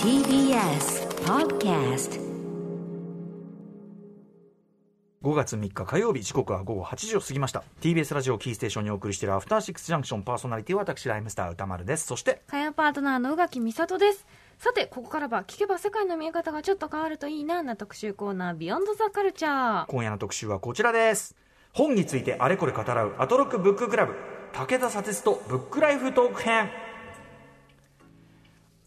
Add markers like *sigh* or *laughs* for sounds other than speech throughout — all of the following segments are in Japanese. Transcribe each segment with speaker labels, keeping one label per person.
Speaker 1: TBS Podcast
Speaker 2: 5月3日火曜日時刻は午後8時を過ぎました TBS ラジオキーステーションにお送りしているアフターシックスジャンクションパーソナリティは私ライムスター歌丸ですそして
Speaker 3: 火曜パートナーの宇垣美里ですさてここからは聞けば世界の見え方がちょっと変わるといいなな特集コーナー「ビヨンドザカルチャー
Speaker 2: 今夜の特集はこちらです本についてあれこれ語らうアトロックブッククラブ武田砂鉄とブックライフトーク編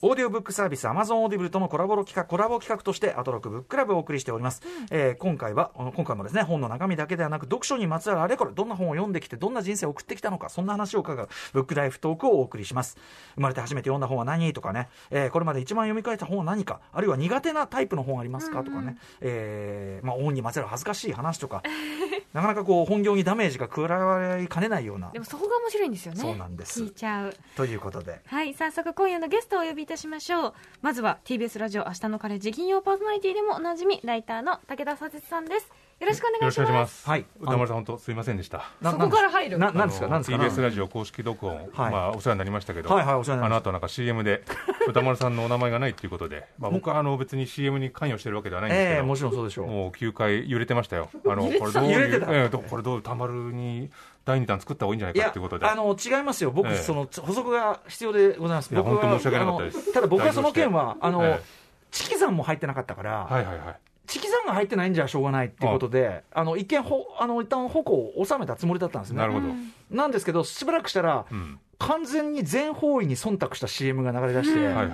Speaker 2: オーディオブックサービス Amazon オーディブルとのコラボ企画、コラボ企画としてアトロックブッククラブをお送りしております。えー今回は、あの今回もですね、本の中身だけではなく、読書にまつわるあれこれ、どんな本を読んできて、どんな人生を送ってきたのか、そんな話を伺う、ブックライフトークをお送りします。生まれて初めて読んだ本は何とかね、えーこれまで一番読み返した本は何か、あるいは苦手なタイプの本ありますかとかね、えーまあ、本にまつわる恥ずかしい話とか、 *laughs* なかなかこう、本業にダメージが食らわれかねないような」
Speaker 3: で、もそこが面白いんですよね
Speaker 2: そうなんです
Speaker 3: 聞いちゃう
Speaker 2: ということで。
Speaker 3: はい早速今夜のゲストをお呼びいたしましょうまずは TBS ラジオ「明日のカレッジ」金曜パーソナリティでもおなじみライターの武田佐哲さんですよろしくお
Speaker 4: よ
Speaker 3: 願
Speaker 4: ろ
Speaker 3: い
Speaker 4: し
Speaker 3: し
Speaker 4: くお願いし
Speaker 3: ま
Speaker 4: ますす。
Speaker 2: はい
Speaker 4: 歌丸さん、本当すみませんでした。
Speaker 2: な
Speaker 3: そこから入る
Speaker 2: ななんですか、
Speaker 4: あの
Speaker 2: なんですか。
Speaker 4: TBS ラジオ公式録音、
Speaker 2: はい
Speaker 4: まあ、お世話になりましたけど、
Speaker 2: はいはいお世話になりました
Speaker 4: あの後なんか CM で、歌丸さんのお名前がないということで、
Speaker 2: *laughs*
Speaker 4: まあ、僕はあの別に CM に関与してるわけではないんです
Speaker 2: え
Speaker 4: け
Speaker 2: え
Speaker 4: ど、
Speaker 2: もちろんそうでしょう。
Speaker 4: もう9回揺れてましたよ。あの、これどう
Speaker 2: 揺れ
Speaker 4: い
Speaker 2: て
Speaker 4: う
Speaker 2: た、
Speaker 4: ええどこれどう、歌丸に第2弾作った方がいいんじゃない
Speaker 2: い
Speaker 4: か
Speaker 2: や
Speaker 4: ということで。
Speaker 2: あの違いますよ、僕、
Speaker 4: ええ
Speaker 2: そのつ補足が必要でございます、
Speaker 4: いや
Speaker 2: 僕は
Speaker 4: 本当申し訳なかったです
Speaker 2: あのただ僕はその件は、あの、
Speaker 4: ええ
Speaker 2: チキさんも入ってなかったから、
Speaker 4: はいはいはい。
Speaker 2: チキさんが入ってないんじゃしょうがないっていうことで、あの一見ほ、あの一旦矛を収めたつもりだったんですね。
Speaker 4: なるほど。
Speaker 2: なんですけど、しばらくしたら、
Speaker 4: うん。
Speaker 2: 完全に全方位に忖度した CM が流れ出して、
Speaker 4: はいはいはい。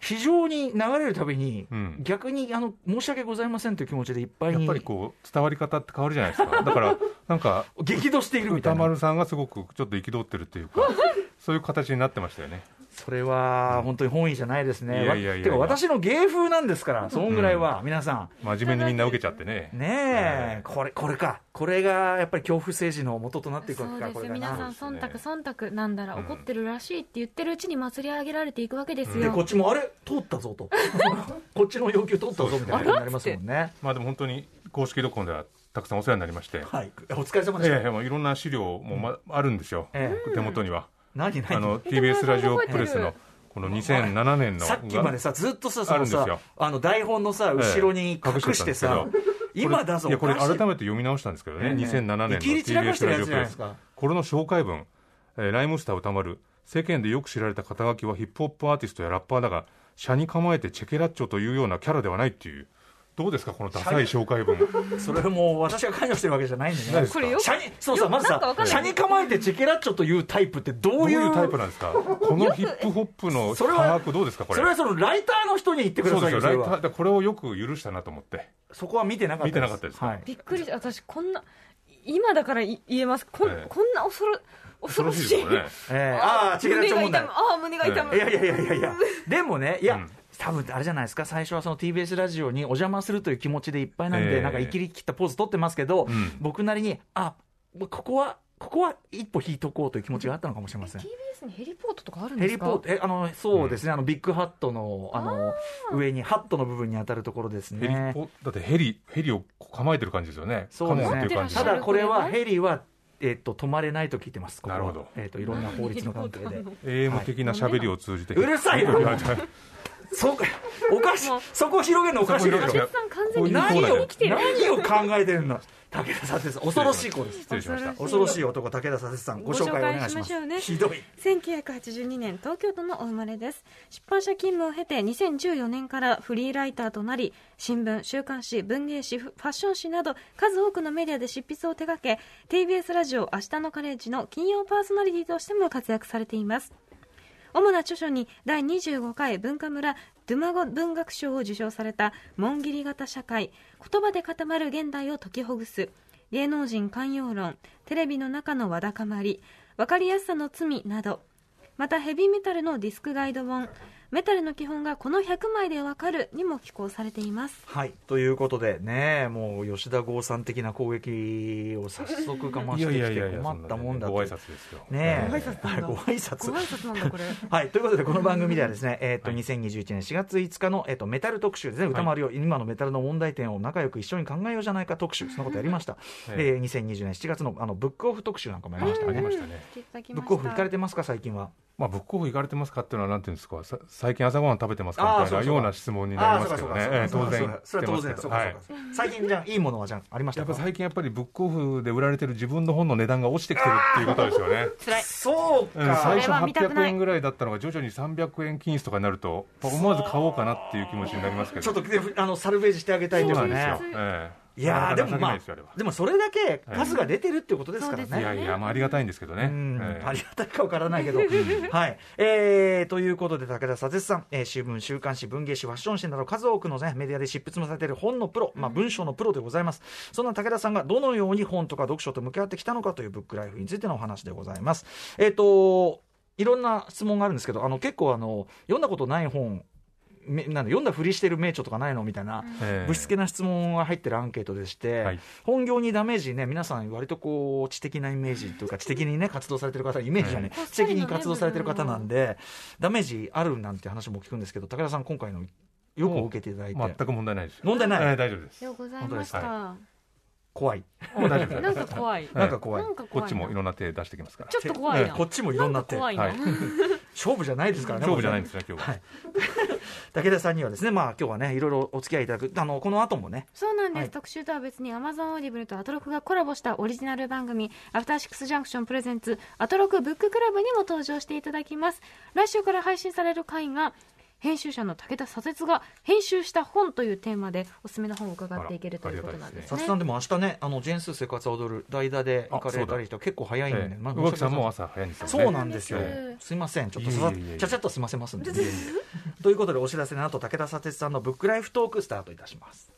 Speaker 2: 非常に流れるたびに、
Speaker 4: うん
Speaker 2: 逆にあの申し訳ございませんという気持ちでいっぱい
Speaker 4: やっ
Speaker 2: に
Speaker 4: ぱりこう、伝わり方って変わるじゃないですか。だから、な
Speaker 2: *laughs*
Speaker 4: んか、
Speaker 2: 激怒しているみた
Speaker 4: 歌
Speaker 2: いな。
Speaker 4: 丸さんがすごくちょっと憤ってるというか、そういう形になってましたよね。
Speaker 2: それは本当に本意じゃないですね。
Speaker 4: いやいやいやいや
Speaker 2: てか私の芸風なんですから、そんぐらいは皆さ
Speaker 4: 真面目にみんな受けちゃってね。
Speaker 2: ん。ねえ、これ、これか。これがやっぱり恐怖政治の元となっていく
Speaker 3: そ
Speaker 2: わけ
Speaker 3: う
Speaker 2: か、
Speaker 3: で
Speaker 2: こ
Speaker 3: す
Speaker 2: れが
Speaker 3: よ皆
Speaker 2: な。
Speaker 3: さん忖
Speaker 4: そう
Speaker 3: 度
Speaker 4: です
Speaker 3: 忖度なんだら怒ってるらしいって言ってるうちに祭り上げられていくわけです
Speaker 2: で、
Speaker 3: よ、
Speaker 2: こっちもあれ通ったぞ
Speaker 3: *laughs*
Speaker 2: と。こっちの要求通ったぞみたいなことになりますもんね。
Speaker 4: まあでも本当に公式ドコモではたくさんお世話になりまして、
Speaker 2: はい。お疲れ様で
Speaker 4: い
Speaker 2: した。
Speaker 4: やいやもういろんな資料もまあるんですよ、
Speaker 2: え
Speaker 4: 手元には。
Speaker 2: 何何
Speaker 4: あの
Speaker 3: 見てもらえ
Speaker 4: TBS ラジオプレス
Speaker 3: 覚え
Speaker 4: の
Speaker 3: て
Speaker 4: この2007年の
Speaker 2: さっきまでさ、ずっとさ、その
Speaker 4: あ
Speaker 2: さ
Speaker 4: るんです、
Speaker 2: あの台本のさ、後ろに
Speaker 4: ええ隠してたん
Speaker 2: 隠してさ
Speaker 4: で、
Speaker 2: 今だぞ、
Speaker 4: いやこれ
Speaker 2: お
Speaker 4: 改
Speaker 2: かしい
Speaker 4: めて読み直したんですけどね、
Speaker 2: ええ
Speaker 4: 2007
Speaker 2: 見切り
Speaker 4: 年
Speaker 2: 散ら
Speaker 4: の
Speaker 2: かして
Speaker 4: TBS
Speaker 2: るや
Speaker 4: ラジ
Speaker 2: つ
Speaker 4: オプ
Speaker 2: じゃないで
Speaker 4: レ
Speaker 2: す
Speaker 4: ス
Speaker 2: か
Speaker 4: これの紹介文、えーライムスター歌丸世間でよく知られた肩書きはヒップホップアーティストやラッパーだが社に構えてチェケラッチョというようなキャラではないっていうどうですかこのダサい紹介文
Speaker 2: それもう私が関与してるわけじゃないんで
Speaker 4: ない
Speaker 2: ね
Speaker 4: で。す
Speaker 3: こ
Speaker 4: か
Speaker 3: れよく
Speaker 2: 車にそうさまず
Speaker 3: なんか
Speaker 2: さ
Speaker 3: わかんない
Speaker 2: 車に構えてチェケラッチョというタイプってど
Speaker 4: ど
Speaker 2: う
Speaker 4: う
Speaker 2: い
Speaker 4: いううタイプなんですか、このヒップホップの
Speaker 2: それ
Speaker 4: 科
Speaker 2: は
Speaker 4: 学、どうですか、こ
Speaker 2: そ
Speaker 4: れ、
Speaker 2: れはそのライターの人に言ってくだ
Speaker 4: そ
Speaker 2: さ
Speaker 4: うで
Speaker 2: い
Speaker 4: す
Speaker 2: よ
Speaker 4: よ、
Speaker 2: そ
Speaker 4: ラ
Speaker 2: れ
Speaker 4: イター
Speaker 2: は
Speaker 4: だこれをよく許したなと思って、
Speaker 2: そこは見てなかった
Speaker 4: 見てなかったですか
Speaker 2: はい
Speaker 3: びっくりした私こんな今だからい言えますこ,、
Speaker 4: ええ
Speaker 3: こんな恐ろ恐ろしい
Speaker 4: ですよね、
Speaker 2: えーああチェケラッチョ問題
Speaker 3: 胸が痛むああ胸が痛む、
Speaker 2: いやいやいやいやいやでもねいや、
Speaker 4: うん
Speaker 2: 多分あれじゃないですか最初はその TBS ラジオにお邪魔するという気持ちでいっぱいなんで、
Speaker 4: ええ
Speaker 2: なんかいきり切ったポーズ取ってますけど、
Speaker 4: うん
Speaker 2: 僕なりにあここはここは一歩引いとこうという気持ちがあったのかもしれません
Speaker 3: TBS にヘリポートとかあるん
Speaker 2: ヘ
Speaker 3: です
Speaker 2: リ
Speaker 3: か
Speaker 2: ポート、え、あの、そうですね、あの、ビッグハットの、あの、上に、ハットの部分に当たるところです
Speaker 4: ヘリ
Speaker 2: ね。
Speaker 4: ポだってヘリ、ヘリを構えてる感じですよね、
Speaker 2: そうです
Speaker 4: カモンっていう感
Speaker 3: ポ
Speaker 4: じ
Speaker 2: た
Speaker 3: 持って
Speaker 2: だ、
Speaker 3: らっしゃる
Speaker 2: これは、ヘリは、えっと、止まれないと聞いてます、ここは
Speaker 4: なるほど
Speaker 2: えっと、いろんな法律の関係
Speaker 3: ヘ *laughs*
Speaker 2: で
Speaker 3: リポー。ト
Speaker 4: AM 的な喋りを通じて、
Speaker 2: うるさいな
Speaker 4: ややや
Speaker 2: そうか、おかしい
Speaker 3: もう、
Speaker 2: そこを広げるのおかしいでし
Speaker 4: そ
Speaker 2: ょ
Speaker 4: こ広。
Speaker 3: 佐哲さん完全
Speaker 4: こう
Speaker 3: に
Speaker 4: いうコ
Speaker 2: 何
Speaker 4: ーナー
Speaker 2: を
Speaker 4: で
Speaker 3: 生きて、る
Speaker 2: 何を考えてるんだ。武田さんです。恐ろしい子です。
Speaker 4: 失礼しました、
Speaker 2: 恐ろしい男、武田さんさん、ご紹介お願いし
Speaker 3: ご紹介し
Speaker 2: ま
Speaker 3: ますしょう。ね
Speaker 2: ひどい。
Speaker 3: 1982年東京都のお生まれです出版社勤務を経て2014年からフリーライターとなり新聞週刊誌文芸誌ファッション誌など数多くのメディアで執筆を手掛け TBS ラジオ「明日のカレッジ」の金曜パーソナリティとしても活躍されています主な著書に第25回文化村ドゥマゴ文学賞を受賞された「紋切り型社会言葉で固まる現代を解きほぐす」「芸能人寛容論」「テレビの中のわだかまり」「わかりやすさの罪」などまたヘビーメタルのディスクガイド本「メタルの基本がこの100枚でわかる」にも寄稿されています
Speaker 2: はい。ということでね、もう吉田剛さん的な攻撃を早速かましてきて困ったもんだ
Speaker 4: ご挨
Speaker 2: と。
Speaker 4: 拶ですよ、
Speaker 2: ねえ。
Speaker 3: ご挨拶なんだ
Speaker 2: ご挨拶
Speaker 3: ご挨拶なんだ
Speaker 4: *laughs*
Speaker 3: これ
Speaker 2: はい、ということで、この番組ではですね、えっと、
Speaker 4: はい
Speaker 2: 2021年4月5日の、えっと、メタル特集ですね、歌丸よ、今のメタルの問題点を仲良く一緒に考えようじゃないか特集、そんなことやりました。
Speaker 4: はい
Speaker 2: で、2020年7月の、あの、ブックオフ特集なんかもやりました
Speaker 4: あり
Speaker 2: ね
Speaker 4: ま。したね。
Speaker 3: いただき
Speaker 2: ブ
Speaker 3: ま
Speaker 2: ッ
Speaker 3: し
Speaker 2: クオフ行
Speaker 3: た
Speaker 2: かれてますか、最近は。
Speaker 4: ままあ、ブックオフ行かれてますかっていうのは、なんていうんですか、さ最近朝ごはん食べてます
Speaker 2: あ
Speaker 4: か
Speaker 2: ー
Speaker 4: みた
Speaker 2: そう
Speaker 4: いな
Speaker 2: かそうか
Speaker 4: ような質問にな
Speaker 2: あ
Speaker 4: り
Speaker 2: あ
Speaker 4: ま
Speaker 2: ー、
Speaker 4: すけ
Speaker 2: そう
Speaker 4: ど
Speaker 2: かそ
Speaker 4: ね、
Speaker 2: う
Speaker 4: え
Speaker 2: か
Speaker 4: え
Speaker 2: そう
Speaker 4: 当
Speaker 2: かそう
Speaker 4: 然
Speaker 2: か、それは当然、そうか
Speaker 4: 言ってますけどは
Speaker 2: そう
Speaker 4: い
Speaker 2: か。最近じゃあいいものはじゃあありまし
Speaker 4: や
Speaker 2: た
Speaker 4: っ
Speaker 2: か
Speaker 4: ぱ最近やっぱりブックオフで売られてる自分の本の値段が落ちてきてるっていうことですよね。
Speaker 1: 辛い
Speaker 2: そう
Speaker 4: *laughs* うん最
Speaker 2: か。
Speaker 4: 初
Speaker 1: それは見たくな
Speaker 4: 800
Speaker 1: い
Speaker 4: 円ぐらいだったのが徐々に300円均一とかになると思わず買おうかなっていう気持ちになりますけど
Speaker 2: ちょっとであのサルベージしてあげたい
Speaker 4: そ
Speaker 2: で
Speaker 4: うな
Speaker 2: す
Speaker 4: んです
Speaker 2: ね。、
Speaker 4: よええ
Speaker 2: いやーで
Speaker 4: なか
Speaker 2: も
Speaker 4: なか
Speaker 2: まあ
Speaker 4: 情けないですよあれは
Speaker 2: でもそれだけ数が出てるってことですか
Speaker 1: そ
Speaker 2: ら
Speaker 1: うです
Speaker 2: ね
Speaker 1: よ。
Speaker 4: いやいや、まあ、ありがたいんですけどね、
Speaker 2: うん
Speaker 4: ええ
Speaker 2: ありがたいかわから
Speaker 4: *laughs*
Speaker 2: ないけど、 *laughs* はいえーということで、武田佐哲さん、えー新聞、週刊誌、文芸誌、ファッション誌など、数多くの、ね、メディアで執筆もされている本のプロ、まあ、文章のプロでございます、そんな武田さんがどのように本とか読書と向き合ってきたのかというブックライフについてのお話でございます。えー、といろんな質問があるんですけど、あの結構あの、読んだことない本、めなんだ読んだふりしてる名著とかないのみたいな、
Speaker 4: ええ
Speaker 2: ぶしつけな質問が入ってるアンケートでして、
Speaker 4: はい
Speaker 2: 本業にダメージね、皆さん、割とこう知的なイメージというか、知的にね、活動されてる方、イメージがね、
Speaker 1: はい
Speaker 2: 知的に活動されてる方なんで、ダメージあるなんて話も聞くんですけど、武田さん、今回のよく受けていただい
Speaker 4: 全
Speaker 2: て、
Speaker 4: く問題ないですよ、
Speaker 2: 飲んで
Speaker 4: え
Speaker 2: な
Speaker 4: え
Speaker 2: い、
Speaker 4: 大丈夫です、
Speaker 1: ようございまし
Speaker 4: 本
Speaker 1: た。
Speaker 2: 怖い、
Speaker 4: もう大丈夫 *laughs* です
Speaker 1: なんか怖い。
Speaker 2: なんか怖い
Speaker 1: な。んか怖いな。
Speaker 4: こっちもいろんな手出してきますから
Speaker 1: ちょっと怖い
Speaker 4: え
Speaker 1: な。
Speaker 2: こっちもいろんな手、
Speaker 1: 怖いな。
Speaker 4: はい
Speaker 2: 勝負じゃないですからね、
Speaker 4: 勝負じゃないん
Speaker 2: こ
Speaker 4: ですね今日は、
Speaker 2: はい *laughs* れね武田さんにはですね、まあ今日はね、いろいろお付き合いいただく、あのこの後もね、
Speaker 1: そうなんです、
Speaker 2: はい
Speaker 1: 特集とは別に Amazon オーディブルとアトロクがコラボしたオリジナル番組「アフターシックスジャンクションプレゼンツアトロクブッククラブ」にも登場していただきます来週から配信される回が編集者の武田左哲が編集した本というテーマでおすすめの本を伺っていけると
Speaker 4: あら
Speaker 1: いうことなんです
Speaker 2: 佐
Speaker 1: ね
Speaker 2: 々木さんでも明日ね、あのジェーンスー生活は踊る代打で行かれたりして、結構早いんで、
Speaker 4: ええ
Speaker 2: まあ
Speaker 4: 魚木さんも朝早いんですよね
Speaker 2: そうなんですよ
Speaker 1: ええ。
Speaker 2: すいません、ちょっとささ
Speaker 4: いえいえいえ
Speaker 2: ちゃちゃっと済ませますん *laughs* で。ということでお知らせの後、武田砂鉄さんのブックライフトークスタートいたします。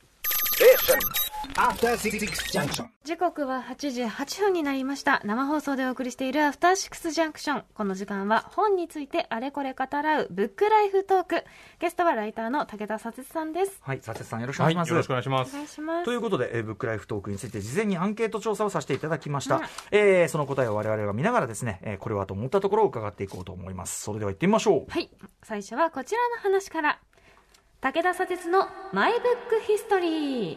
Speaker 3: After Six Junction.
Speaker 1: 時刻は8時8分になりました生放送でお送りしている「アフターシックスジャンクション」この時間は本についてあれこれ語らうブックライフトークゲストはライターの武田左哲さんです
Speaker 2: はい、砂鉄さんよろしくお
Speaker 4: は
Speaker 2: 願い
Speaker 4: い
Speaker 2: し
Speaker 4: よ
Speaker 2: ます。
Speaker 4: ろしくお願いしま
Speaker 1: お
Speaker 4: す
Speaker 1: 願いします
Speaker 2: ということで、えーブックライフトークについて事前にアンケート調査をさせていただきました、えーその答えを我々が見ながらですね、えーこれはと思ったところを伺っていこうと思いますそれでは行ってみましょう
Speaker 1: はい、最初はこちらの話から。武田砂鉄のマイブックヒストリー。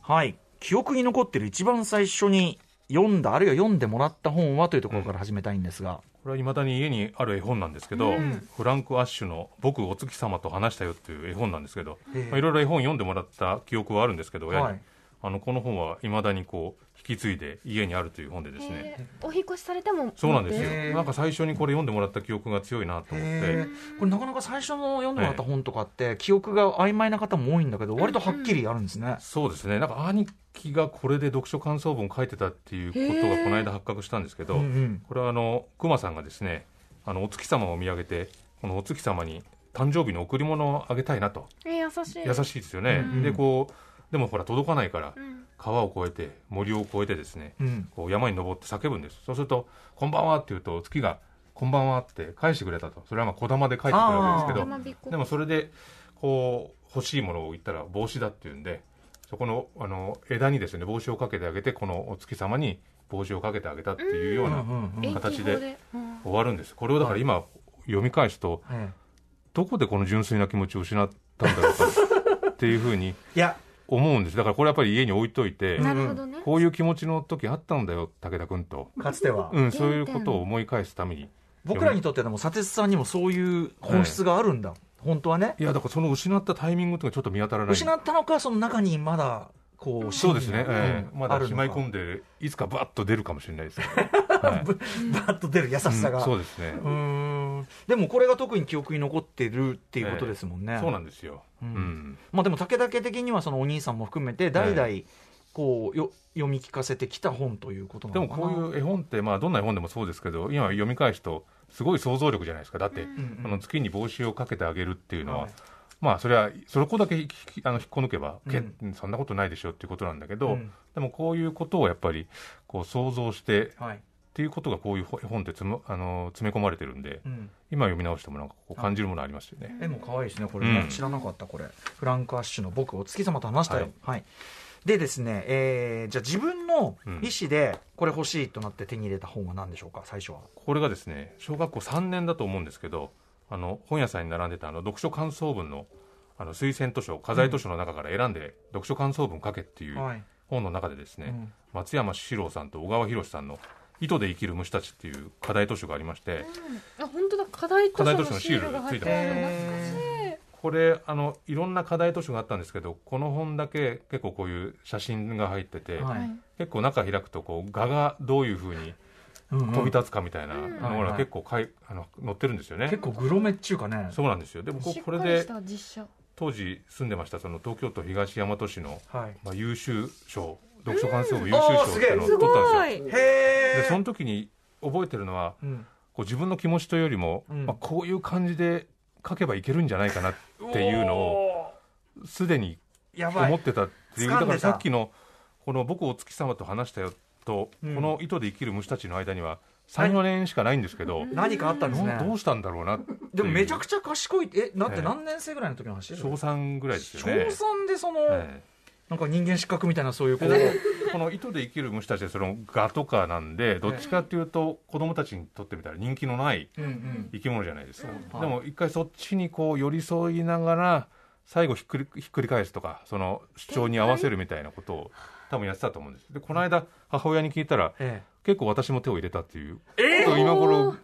Speaker 2: はい記憶に残ってる一番最初に読んだあるいは読んでもらった本はというところから始めたいんですが、
Speaker 4: これはいまだに家にある絵本なんですけど、フランク・アッシュの「僕お月様と話したよ」っていう絵本なんですけど
Speaker 2: ええ
Speaker 4: まあいろいろ絵本読んでもらった記憶はあるんですけど親に、
Speaker 2: はい
Speaker 4: あのこの本はいまだにこう引き継いで家にあるという本でですね、
Speaker 1: えーお引越しされても。
Speaker 4: そうなんです
Speaker 2: へえ
Speaker 4: よなんか最初にこれ読んでもらった記憶が強いなと思って
Speaker 2: これなかなか最初の読んでもらった本とかって記憶が曖昧な方も多いんだけど割とはっきりあるんですね、
Speaker 4: そうですねなんか兄貴がこれで読書感想文書いてたっていうことがこの間発覚したんですけ
Speaker 2: う
Speaker 4: ど、
Speaker 2: んうん
Speaker 4: これはあの熊さんがですねあのお月様を見上げてこのお月様に誕生日の贈り物をあげたいなと
Speaker 1: えー優しい。
Speaker 4: 優しいですよね、
Speaker 2: うん
Speaker 4: でこうでもほら届かないから
Speaker 1: うん。
Speaker 4: 川を越えて森を越えてですね
Speaker 2: うん
Speaker 4: こう山に登って叫ぶんですそうすると「こんばんは」って言うと月が「こんばんは」って返してくれたとそれはまあ小玉で返ってくるわけですけ
Speaker 2: あー
Speaker 4: ど
Speaker 1: 山彦
Speaker 4: でもそれでこう欲しいものを言ったら帽子だっていうんでそこのあの枝にですね帽子をかけてあげてこのお月様に帽子をかけてあげたっていうような
Speaker 2: うん
Speaker 1: 遠
Speaker 4: 形
Speaker 1: 近
Speaker 4: で
Speaker 1: 法で。うん
Speaker 4: 終わるんですこれをだから今読み返すと
Speaker 2: ええ
Speaker 4: どこでこの純粋な気持ちを失ったんだろうかっていうふうに
Speaker 2: いや、
Speaker 4: 思うんですだからこれやっぱり家に置いといて
Speaker 1: なるほどね。
Speaker 4: こういう気持ちの時あったんだよ武田君と、
Speaker 2: かつては、
Speaker 4: うん、そういうことを思い返すために
Speaker 2: 僕らにとってはでも、佐哲さんにもそういう本質があるんだ、本当はね、
Speaker 4: いやだからその失ったタイミングというのがちょっと見当たらない
Speaker 2: 失ったのか、その中にまだ、こう、
Speaker 4: そうですね、ええまだしまい込
Speaker 2: ん
Speaker 4: んで、いつかばっと出るかもしれないですけど、 *laughs* はい
Speaker 2: ぶばっと出る優しさ
Speaker 4: う
Speaker 2: が。
Speaker 4: んそうですね、
Speaker 2: うーんでもこれが特に記憶に残ってるっていうことですもんね。
Speaker 4: そうなんですよ、
Speaker 2: う
Speaker 4: うんん
Speaker 2: まあでも武田家的にはそのお兄さんも含めて代々こうよ読み聞かせてきた本ということな
Speaker 4: で
Speaker 2: の
Speaker 4: も
Speaker 2: かな。
Speaker 4: こういう絵本って、まあ、どんな絵本でもそうですけど、今読み返すと、すごい想像力じゃないですか、だって、
Speaker 2: んうん
Speaker 4: あの月に帽子をかけてあげるっていうのは、
Speaker 2: はい
Speaker 4: まあ、それは、それこだけ引きあの引っこ抜けば、け
Speaker 2: うん
Speaker 4: そんなことないでしょっていうことなんだけ
Speaker 2: う
Speaker 4: ど、
Speaker 2: ん
Speaker 4: でもこういうことをやっぱりこう想像して、
Speaker 2: はい。
Speaker 4: っていうことがこういう絵本ってつむあの詰め込まれてるんで、
Speaker 2: うん
Speaker 4: 今読み直しても、なんかこう感じるものありますよね。
Speaker 2: 絵も可愛いですね、これね、
Speaker 4: うん
Speaker 2: 知らなかった、これ、フランク・アッシュの僕、お月様と話したよ、はいでですね、えーじゃあ、自分の意思でこれ欲しいとなって手に入れた本は何でしょうか、最初は。
Speaker 4: これがですね小学校3年だと思うんですけどあの本屋さんに並んでたあの読書感想文のあの推薦図書課題図書の中から選んで読書感想文書けっていう
Speaker 2: い、
Speaker 4: 本の中でですね、
Speaker 2: うん
Speaker 4: 松山志郎さんと小川博さんの「糸で生きる虫たちっていう課題図書がありまして、
Speaker 1: あ本当だ課題図書
Speaker 4: 課題図
Speaker 1: の
Speaker 4: 書の
Speaker 1: シ
Speaker 4: シ
Speaker 1: ー
Speaker 4: ー
Speaker 1: ル
Speaker 4: ル
Speaker 1: が
Speaker 4: が
Speaker 1: 入
Speaker 4: つ
Speaker 1: っ
Speaker 4: い
Speaker 1: て
Speaker 4: て
Speaker 1: る
Speaker 4: ます
Speaker 1: 懐かしい
Speaker 4: これあのいろんな課題図書があったんですけどこの本だけ結構こういう写真が入ってて、
Speaker 2: はい
Speaker 4: 結構中開くとこう画がどういうふうに飛び立つかみたいな
Speaker 1: うん
Speaker 2: は
Speaker 4: あの
Speaker 2: い
Speaker 4: ほ
Speaker 2: はい
Speaker 4: ら結構かいあの載ってるんですよね
Speaker 2: 結構グロめっちゅうかね
Speaker 4: そうなんですよでもこ
Speaker 3: しっ
Speaker 4: こ
Speaker 3: か
Speaker 4: れ
Speaker 3: りし
Speaker 4: で
Speaker 3: た実写
Speaker 4: 当時住んでましたその東京都東大和市の、
Speaker 2: はい
Speaker 4: まあ、優秀賞読書感想部優秀
Speaker 2: あー
Speaker 4: 賞っ
Speaker 2: す
Speaker 4: て
Speaker 2: げえ
Speaker 4: いうのを
Speaker 1: す
Speaker 4: 取った
Speaker 1: ご
Speaker 4: んですよ
Speaker 1: い
Speaker 2: へ
Speaker 4: でそ
Speaker 2: え
Speaker 4: の時に覚えてるのは
Speaker 2: うん
Speaker 4: こう自分の気持ちというよりも、
Speaker 2: うん
Speaker 4: まあ、こういう感じで書けばいけるんじゃないかなっていうのを
Speaker 2: を
Speaker 4: すでに
Speaker 2: やば
Speaker 4: 思っ
Speaker 2: い
Speaker 4: てたっていう
Speaker 2: 掴んでた
Speaker 4: だからさっきのこの「僕お月様と話したよ」と、
Speaker 2: うん
Speaker 4: この糸で生きる虫たちの間には34年しかないんですけど、
Speaker 2: 何かあったんです
Speaker 4: どう
Speaker 2: ね
Speaker 4: どうしたんだろうなっていう
Speaker 2: でもめちゃくちゃ賢いえだって
Speaker 4: ええ
Speaker 2: 何年生ぐらいの時の話
Speaker 4: 小3ぐらいですよね
Speaker 2: 小三でその、
Speaker 4: え
Speaker 2: なんか人間失格みたいなそういう
Speaker 4: え
Speaker 2: こう、
Speaker 4: でこの糸で生きる虫たちはその蛾とかなんでどっちかっていうと子供たちにとってみたら人気のない
Speaker 2: うんうん、
Speaker 4: 生き物じゃないですか、
Speaker 2: うん
Speaker 4: でも一回そっちにこう寄り添いながら最後ひっくりひっくり返すとかその主張に合わせるみたいなことを多分やってたと思うんですでこの間母親に聞いたら
Speaker 2: え
Speaker 4: 結構私も手を入れたっていう
Speaker 2: え
Speaker 4: ちょっと今頃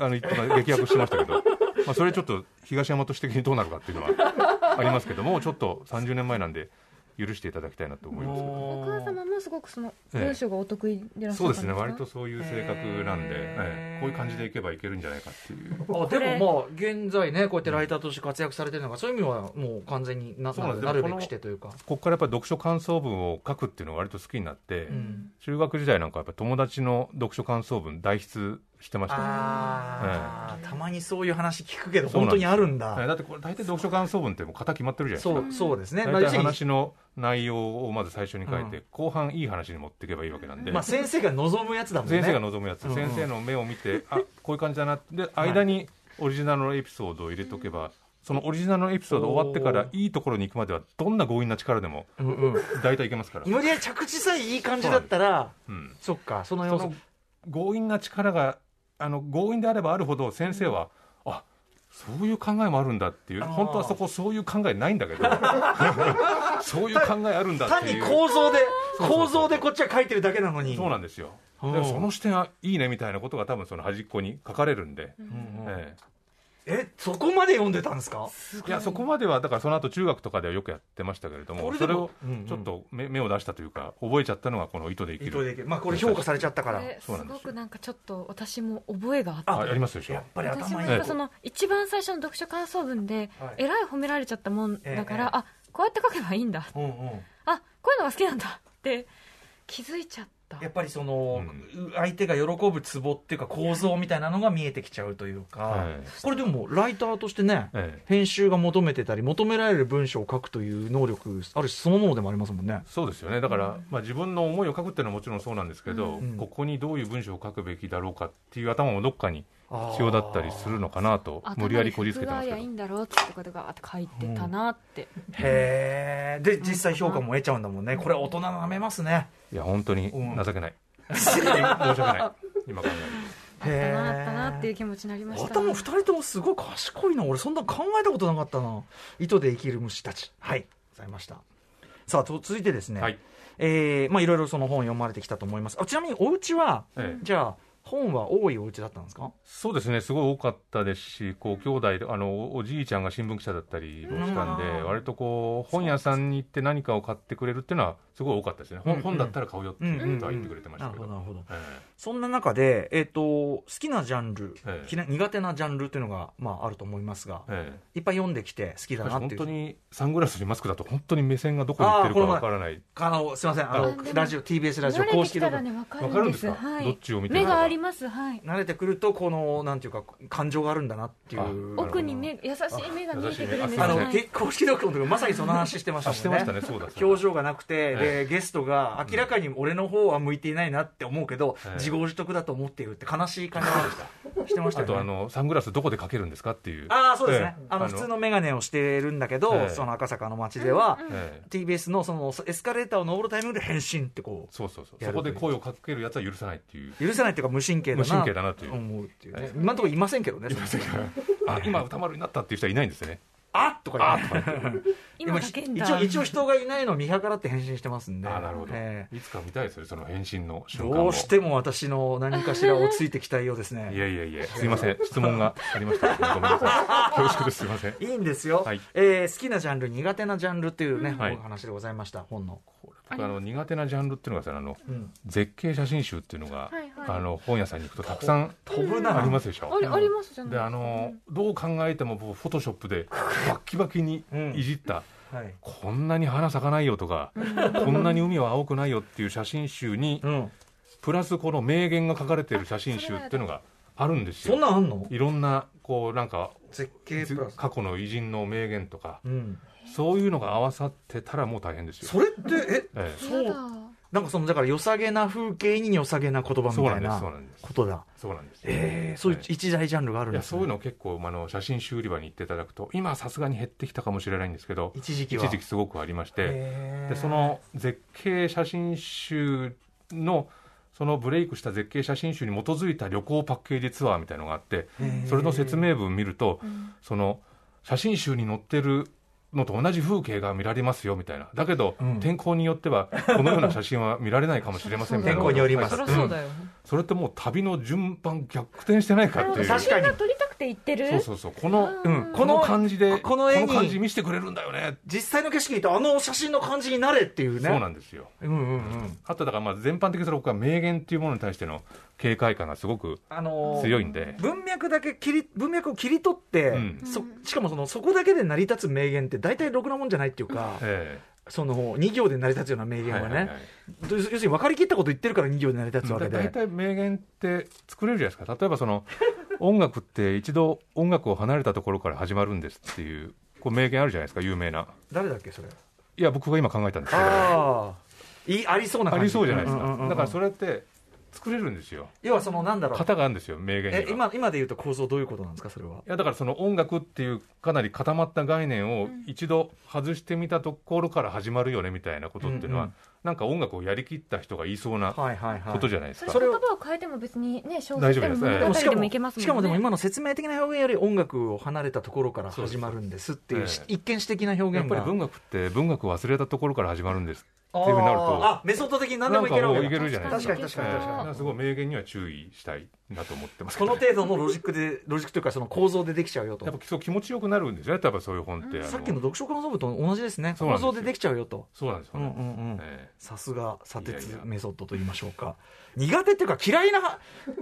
Speaker 4: あの言ってた激白してましたけど、 *laughs* まあ、それちょっと東山都市的にどうなるかっていうのはありますけどもうちょっと30年前なんで許していただきたいなと思いますけど
Speaker 3: お母様もすごくその
Speaker 4: ええ
Speaker 3: 文章がお得意でいらっしゃ
Speaker 4: そ
Speaker 3: る
Speaker 4: うんですね割とそういう性格なんで、
Speaker 2: へー
Speaker 4: ええこういう感じでいけばいけるんじゃないかっていう
Speaker 2: あ
Speaker 1: これ
Speaker 2: でもまあ現在ねこうやってライターとして活躍されてるのがそういう意味はもう完全にな
Speaker 4: そうなんです
Speaker 2: なるべ
Speaker 4: こ
Speaker 2: く
Speaker 4: の
Speaker 2: してというか、
Speaker 4: ここからやっぱり読書感想文を書くっていうのが割と好きになって、
Speaker 2: うん、
Speaker 4: 中学時代なんかやっぱ友達の読書感想文代筆してましたね
Speaker 2: あー、たまにそういう話聞くけど
Speaker 4: そう
Speaker 2: 本
Speaker 4: な
Speaker 2: 当
Speaker 4: んです
Speaker 2: にあるん
Speaker 4: え
Speaker 2: だ
Speaker 4: えだってこれ大体読書感想文ってもう型決まってるじゃないですか
Speaker 2: そうそうですね、まあ
Speaker 4: 大
Speaker 2: 要する
Speaker 4: 体
Speaker 2: に
Speaker 4: 話の内容をまず最初に書いて、
Speaker 2: うん
Speaker 4: 後半いい話に持っていけばいいわけなんで、
Speaker 2: まあ、先生が望むやつだもんね
Speaker 4: 先生が望むやつ、
Speaker 2: うんうん
Speaker 4: 先生の目を見てあこういう感じだなで間にオリジナルのエピソードを入れとけば、そのオリジナルのエピソード終わってか
Speaker 2: お
Speaker 4: らいいところに行くまではどんな強引な力でも
Speaker 2: うんうん
Speaker 4: 大体いけますから、
Speaker 2: 今で着地さえいい感じだったら
Speaker 4: うん、
Speaker 2: そっかその
Speaker 4: そ
Speaker 2: 要素
Speaker 4: の強引な力があの強引であればあるほど先生は、あそういう考えもあるんだっていう
Speaker 2: あー
Speaker 4: 本当はそこそういう考えないんだけ
Speaker 2: *laughs*
Speaker 4: どそういう考えあるんだっ
Speaker 2: 単
Speaker 4: てい
Speaker 2: に
Speaker 4: う
Speaker 2: 構造で
Speaker 4: そうそう
Speaker 2: 構造でこっちは書いてるだけなのに
Speaker 4: そうなんですよ。
Speaker 2: うん
Speaker 4: でその視点はいいねみたいなことが多分その端っこに書かれるんで、
Speaker 2: うんうん
Speaker 4: え
Speaker 2: えそこまで読んでたんですか
Speaker 4: えいやそこまではだからその後中学とかではよくやってましたけれども
Speaker 2: これで
Speaker 4: それ
Speaker 2: も
Speaker 4: を
Speaker 2: うんうん
Speaker 4: ちょっと目,、目を出したというか覚えちゃったのがこの糸で生き
Speaker 2: 糸で
Speaker 4: る
Speaker 2: いけるまあこれ評価されちゃったから
Speaker 3: これす
Speaker 4: そうなんですよ
Speaker 3: ごくなんかちょっと私も覚えがあって
Speaker 4: あありますでしょ
Speaker 2: やっぱり
Speaker 3: 私も
Speaker 2: 頭いい
Speaker 3: なんかその一番最初の読書感想文で
Speaker 2: はい
Speaker 3: えらい褒められちゃったもんだか
Speaker 2: ええ
Speaker 3: らあこうやって書けばいいんだ
Speaker 2: うんうん
Speaker 3: あこういうのが好きなんだって気づいちゃった
Speaker 2: やっぱりその、相手が喜ぶツボっていうか構造みたいなのが見えてきちゃうというか、
Speaker 4: はい
Speaker 2: これでもライターとしてね、
Speaker 4: ええ
Speaker 2: 編集が求めてたり求められる文章を書くという能力あるしそのものでもありますもんね
Speaker 4: そうですよねだから、まあ、自分の思いを書くっていうのはもちろんそうなんですけ
Speaker 2: う
Speaker 4: ど、
Speaker 2: ん
Speaker 4: ここにどういう文章を書くべきだろうかっていう頭もどっかに必要だったりするのかなと無理やりこじつけてますけ
Speaker 3: 頭に服がありゃいいんだ
Speaker 4: ど
Speaker 3: ろうってとかでガーって書いてたなって、
Speaker 2: へえで実際評価も得ちゃうんだもんねこれ大人舐めますね
Speaker 4: いや本当に
Speaker 2: うん
Speaker 4: 情
Speaker 2: *laughs*
Speaker 4: けない、申し訳ない今考える
Speaker 3: あった
Speaker 2: へ
Speaker 3: な
Speaker 2: ー
Speaker 3: あったなっていう気持ちになりました
Speaker 2: 頭二人ともすごい賢いな俺そんな考えたことなかったな糸で生きる虫たちはいございましたさあと続いてですね、
Speaker 4: とはい、
Speaker 2: えーまあいろいろその本読まれてきたと思いますあちなみにお家は
Speaker 4: ええ
Speaker 2: じゃあ本は多いお家だったんですか
Speaker 4: そうですね、すごい多かったですし、こう兄弟であのおおじいちゃんが新聞記者だったりもしたんで、
Speaker 2: うん
Speaker 4: 割とこう本屋さんに行って何かを買ってくれるっていうのは、すごい多かったですね、
Speaker 2: うん
Speaker 4: 本本だったら買うよっていう人は言ってくれてましたけど、
Speaker 2: なるほどなるほ
Speaker 4: え
Speaker 2: そんな中で、えっと好きなジャンル、
Speaker 4: ええ
Speaker 2: きな苦手なジャンルというのが、まあ、あると思いますが、
Speaker 4: ええ
Speaker 2: いっぱい読んできて好き
Speaker 4: え
Speaker 2: だなって
Speaker 4: 本
Speaker 2: いう
Speaker 4: 当にサングラスにマスクだと、本当に目線がどこに行ってるか
Speaker 2: あーこの前
Speaker 4: わからない、
Speaker 2: あのすいませんあ
Speaker 3: あ
Speaker 2: の
Speaker 3: でも
Speaker 2: ラジオ TBS ラジオ
Speaker 3: 慣れ
Speaker 2: 公
Speaker 3: てき
Speaker 2: 式だ
Speaker 3: た
Speaker 2: と
Speaker 3: らねわか
Speaker 4: わか
Speaker 3: るん
Speaker 4: るん
Speaker 3: で
Speaker 4: ですすか、
Speaker 3: はい、
Speaker 4: どっちを見て
Speaker 3: 目
Speaker 4: るか
Speaker 3: がありますはい
Speaker 2: 慣れてくるとこのなんていうか感情があるんだなってい
Speaker 4: あ
Speaker 2: う
Speaker 3: 奥に目優しい目が見えてくるんです
Speaker 2: あの、
Speaker 3: はい
Speaker 2: け公式ドキュメントでまさにその話してましたもん
Speaker 4: あ
Speaker 2: ね
Speaker 4: してましたね、そうだ、
Speaker 2: 表情がなくて、
Speaker 4: え
Speaker 2: でゲストが明らかに俺の方は向いていないなって思うけど、
Speaker 4: ええ
Speaker 2: 自業自得だと思っているって悲しい感じがあるんです
Speaker 4: *laughs*
Speaker 2: かしてました
Speaker 4: あ
Speaker 2: よね
Speaker 4: とあの、サングラスどこでかけるんですかっていう、
Speaker 2: ああそうですね、
Speaker 4: ええ
Speaker 2: あの普通の眼鏡をしてるんだけど、
Speaker 4: ええ
Speaker 2: その赤坂の街では、
Speaker 4: ええ
Speaker 2: TBS のそのエスカレーターを登るタイミングで変身ってこ
Speaker 4: そうそうそう、
Speaker 2: や
Speaker 4: そ
Speaker 2: る
Speaker 4: こと
Speaker 2: い
Speaker 4: で
Speaker 2: う
Speaker 4: 声をかけるやつは許さないっていう、
Speaker 2: う許せないっていうか無神経だな
Speaker 4: 無神経だなという
Speaker 2: 思うっていうね今のところいませんけどねその人
Speaker 4: あ今、歌丸になったっていう人はいないんですね。
Speaker 2: あっとか言って
Speaker 3: 今だけん
Speaker 2: *laughs*
Speaker 3: だ
Speaker 2: 一応一応人がいないのを見計らって返信してますんで
Speaker 4: あなるほど、
Speaker 2: え
Speaker 4: いつか見たいですよねその返信の
Speaker 2: え
Speaker 4: 瞬間を
Speaker 2: どうしても私の何かしらをついてきたいようです
Speaker 4: い
Speaker 2: ね
Speaker 4: やいやいやすいません質問がありましたごめんなさい恐縮ですす
Speaker 2: *laughs*
Speaker 4: いません
Speaker 2: いいんですよ、
Speaker 4: はい
Speaker 2: えー好きなジャンル苦手なジャンルっていうね、
Speaker 4: はい
Speaker 2: お話でございました本の、
Speaker 4: 僕あの苦手なジャンルっていうのがさあの
Speaker 2: うん、
Speaker 4: 絶景写真集っていうの
Speaker 3: は
Speaker 4: が、
Speaker 3: いはい
Speaker 4: あの本屋さんに行くとたくさん
Speaker 2: 飛ぶな
Speaker 4: ありますでしょ
Speaker 3: ありありますじゃない
Speaker 4: であのどう考えてもこうフォトショップでバッキバキにいじった、
Speaker 2: はい
Speaker 4: こんなに花咲かないよとかこんなに海は青くないよっていう写真集に
Speaker 2: うん、
Speaker 4: プラスこの名言が書かれてる写真集っていうのがあるんです
Speaker 2: そん
Speaker 4: よ。
Speaker 2: なんあんの
Speaker 4: いろんなこうなんか
Speaker 2: 絶景プラス、
Speaker 4: 過去の偉人の名言とか
Speaker 2: うん、
Speaker 4: そういうのが合わさってたらもう大変ですよ。
Speaker 2: それってえ
Speaker 4: ええ
Speaker 2: そう
Speaker 3: やだ
Speaker 2: なんかそのだから良さげな風景に良さげな言葉
Speaker 4: そう
Speaker 2: みたい
Speaker 4: なんです
Speaker 2: な
Speaker 4: そうなんです
Speaker 2: ことだ
Speaker 4: そうなんです。
Speaker 2: ええそういう
Speaker 4: はい
Speaker 2: 一大ジャンルがあるん
Speaker 4: い
Speaker 2: で
Speaker 4: や
Speaker 2: すね
Speaker 4: そういうのを結構あの写真集売り場に行っていただくと今はさすがに減ってきたかもしれないんですけど
Speaker 2: 一時期
Speaker 4: 一
Speaker 2: は
Speaker 4: 時期すごくありまして
Speaker 2: へー
Speaker 4: でその絶景写真集のそのブレイクした絶景写真集に基づいた旅行パッケージツアーみたいのがあってそれの説明文見るとその写真集に載ってるのと同じ風景が見られますよみたいなだけど、
Speaker 2: うん
Speaker 4: 天候によってはこのような写真は見られないかもしれませんみたいな
Speaker 2: 天候に *laughs* よります
Speaker 4: そ
Speaker 3: そり
Speaker 4: う
Speaker 3: ゃそうだよ
Speaker 4: それってもう旅の順番逆転してないかっていう
Speaker 2: 確かに
Speaker 3: が撮りたくて言ってる
Speaker 4: そうそうそうこの
Speaker 2: うん
Speaker 4: この感じで
Speaker 2: ここの絵に
Speaker 4: 感じ見せてくれるんだよね
Speaker 2: 実際の景色とあの写真の感じになれっていうね
Speaker 4: そうなんですよ
Speaker 2: うんうんうん
Speaker 4: あとだからまあ全般的にそれ僕は名言っていうものに対しての警戒感がすごく
Speaker 2: あのー
Speaker 4: 強いんで
Speaker 2: 文脈だけ切り文脈を切り取って、
Speaker 4: うん
Speaker 2: そしかもそのそこだけで成り立つ名言って大体ろくなもんじゃないっていうか、
Speaker 4: え
Speaker 2: その2行で成り立つような名
Speaker 4: え
Speaker 2: 言
Speaker 4: は
Speaker 2: はいね、
Speaker 4: はいはい
Speaker 2: 要するに分かりきったこと言ってるから2行で成り立つわけ
Speaker 4: だ
Speaker 2: で、
Speaker 4: 大体名言って作れるじゃないですか例えばその *laughs* 音楽って一度音楽を離れたところから始まるんですっていうこう名言あるじゃないですか有名な
Speaker 2: 誰だっけそれ
Speaker 4: いや僕が今考えたんですけど
Speaker 2: ああいありそうな
Speaker 4: あ
Speaker 2: 感じ
Speaker 4: りそうじゃないです
Speaker 2: んうんうんう
Speaker 4: か
Speaker 2: ん
Speaker 4: だからそれって作れるんですよ
Speaker 2: 要はそのなんだろう
Speaker 4: 型があるんですよ名言には
Speaker 2: え今今で言うと構造どういうことなんですかそれはい
Speaker 4: やだからその音楽っていうかなり固まった概念を一度外してみたところから始まるよねみたいなことっていうのは、
Speaker 2: うんうん
Speaker 4: なんか音楽をやりきった人が言いそうなこ
Speaker 2: はいはいはい
Speaker 4: とじゃないですか、
Speaker 3: それ言葉を変えても別にね小
Speaker 4: 大
Speaker 3: 説
Speaker 4: 丈
Speaker 3: で
Speaker 4: 夫で
Speaker 3: も物語
Speaker 4: すでも
Speaker 3: でもいけますもんね
Speaker 2: しかもでも今の説明的な表現より音楽を離れたところから始まるんですっていう
Speaker 4: そうです
Speaker 2: 一見詩的な表
Speaker 4: やっ
Speaker 2: 現
Speaker 4: ぱ
Speaker 2: が
Speaker 4: り文学って文学を忘れたところから始まるんです
Speaker 2: あー
Speaker 4: っていうふうになると
Speaker 2: あメソッド的に何でもいけるわけ
Speaker 4: なんかもう
Speaker 2: だ
Speaker 4: いけるじゃないですか
Speaker 2: 確かに確かに確
Speaker 4: ええ
Speaker 2: か
Speaker 4: だからすごい名言には注意したいなと思ってますけ
Speaker 2: こ
Speaker 4: ど
Speaker 2: の
Speaker 4: ね、
Speaker 2: 程度のロジックでロジックというかその構造でできちゃうよと
Speaker 4: やっぱそう気持ちよくなるんですよねやっぱそういう本って、あ
Speaker 2: さっきの読書感想文と同じですね
Speaker 4: そう
Speaker 2: 構
Speaker 4: なんですよ
Speaker 2: 造でできちゃうよと
Speaker 4: そうなんですよ、ね
Speaker 2: うんうんうん
Speaker 4: え
Speaker 2: さすが砂鉄
Speaker 4: いやいや
Speaker 2: メソッドと言いましょうか苦手っていうか嫌い
Speaker 4: *laughs*
Speaker 2: な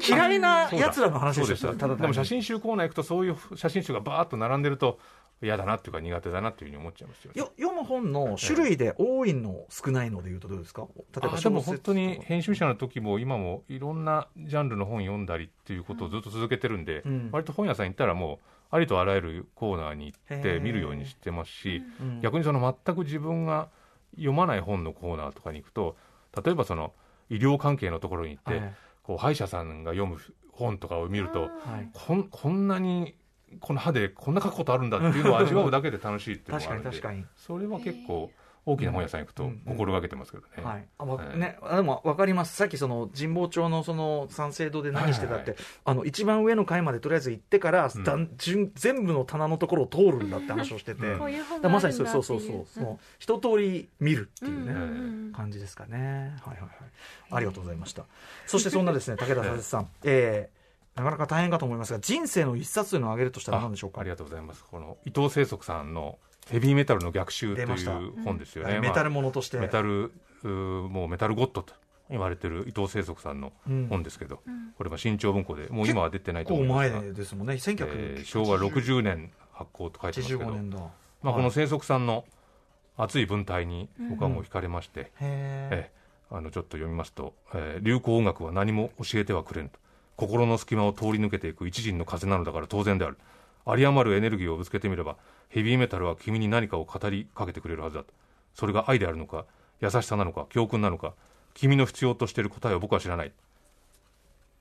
Speaker 2: 嫌いな
Speaker 4: え
Speaker 2: やつらの話
Speaker 4: そう
Speaker 2: で
Speaker 4: で
Speaker 2: し
Speaker 4: したた
Speaker 2: ただ
Speaker 4: でも写真集コーナー行くとそういう写真集がバーッと並んでると嫌だなっていうか苦手だなっていうふうに思っちゃいますよね
Speaker 2: よ読む本の種類で多いの少ないので言うとどうですか例えば小
Speaker 4: あ
Speaker 2: 説
Speaker 4: でも本当に
Speaker 2: とか
Speaker 4: 編集者の時も今もいろんなジャンルの本読んだりっていうことをずっと続けてるんで、
Speaker 2: うん
Speaker 4: 割と本屋さん行ったらもうありとあらゆるコーナーに行っ
Speaker 2: へ
Speaker 4: て
Speaker 2: ー
Speaker 4: 見るようにしてますし、
Speaker 2: うん
Speaker 4: 逆にその全く自分が読まない本のコーナーとかに行くと例えばその医療関係のところに行って、
Speaker 2: はい
Speaker 4: こう歯医者さんが読む本とかを見ると
Speaker 2: はい
Speaker 4: こんこんなにこの歯でこんな書くことあるんだっていうのを味わうだけで楽しいっていうの
Speaker 2: 確
Speaker 4: があ
Speaker 2: か
Speaker 4: るん
Speaker 2: に
Speaker 4: で
Speaker 2: 確かに、
Speaker 4: それは結構大きな本屋さん行く
Speaker 2: うん
Speaker 4: と
Speaker 2: うん
Speaker 4: 心がけてますけどね。
Speaker 2: はいあま
Speaker 4: はい
Speaker 2: ね、あでも分かりますさっきその神保町のその三省堂で何してたって、
Speaker 4: はいはい
Speaker 2: あの一番上の階までとりあえず行ってから、
Speaker 4: うん
Speaker 2: だん順全部の棚のところを通るんだって話をしてて、
Speaker 4: う
Speaker 2: だ
Speaker 3: こ
Speaker 4: ん
Speaker 2: か
Speaker 3: ういう本
Speaker 2: ら
Speaker 3: がある
Speaker 2: ま
Speaker 3: んだ
Speaker 2: さ
Speaker 3: っ
Speaker 2: に
Speaker 3: て
Speaker 2: そ
Speaker 3: いうう
Speaker 2: そうそうそう、その一通り見るっていうね、
Speaker 3: うんうんうん
Speaker 2: 感じですかね。はいはいはい。ありがとうございました。そしてそんな
Speaker 4: *laughs*
Speaker 2: ですね、武田さつさん、えーなかなか大変かと思いますが、人生の一冊というのを挙げるとしたら
Speaker 4: あ
Speaker 2: 何でしょうか。
Speaker 4: ありがとうございますこの伊藤清則さんの「ヘビーメタルの逆襲」と
Speaker 2: 出まし
Speaker 4: い
Speaker 2: た
Speaker 4: う本ですよ
Speaker 2: は
Speaker 4: ね、
Speaker 2: い
Speaker 4: まあ
Speaker 2: メタルものとして。
Speaker 4: メタルうーもうメタルゴッドと言われてる伊藤清則さんの
Speaker 2: うん
Speaker 4: 本ですけど、これは新潮文庫でもう今は出てないと
Speaker 2: 結
Speaker 4: 思
Speaker 2: 構
Speaker 4: います
Speaker 2: 前
Speaker 4: が、
Speaker 2: ですもんね、1985
Speaker 4: えー昭和60年発行と書いてますけど、
Speaker 2: 年だ。
Speaker 4: まあ、
Speaker 2: はい
Speaker 4: この清則さんの熱い文体に僕はもう惹かれまして、
Speaker 2: へえ。
Speaker 4: ええあのちょっと読みますと、えー流行音楽は何も教えてはくれぬと心の隙間を通り抜けていく一陣の風なのだから当然である有り余るエネルギーをぶつけてみればヘビーメタルは君に何かを語りかけてくれるはずだとそれが愛であるのか優しさなのか教訓なのか君の必要としている答えを僕は知らない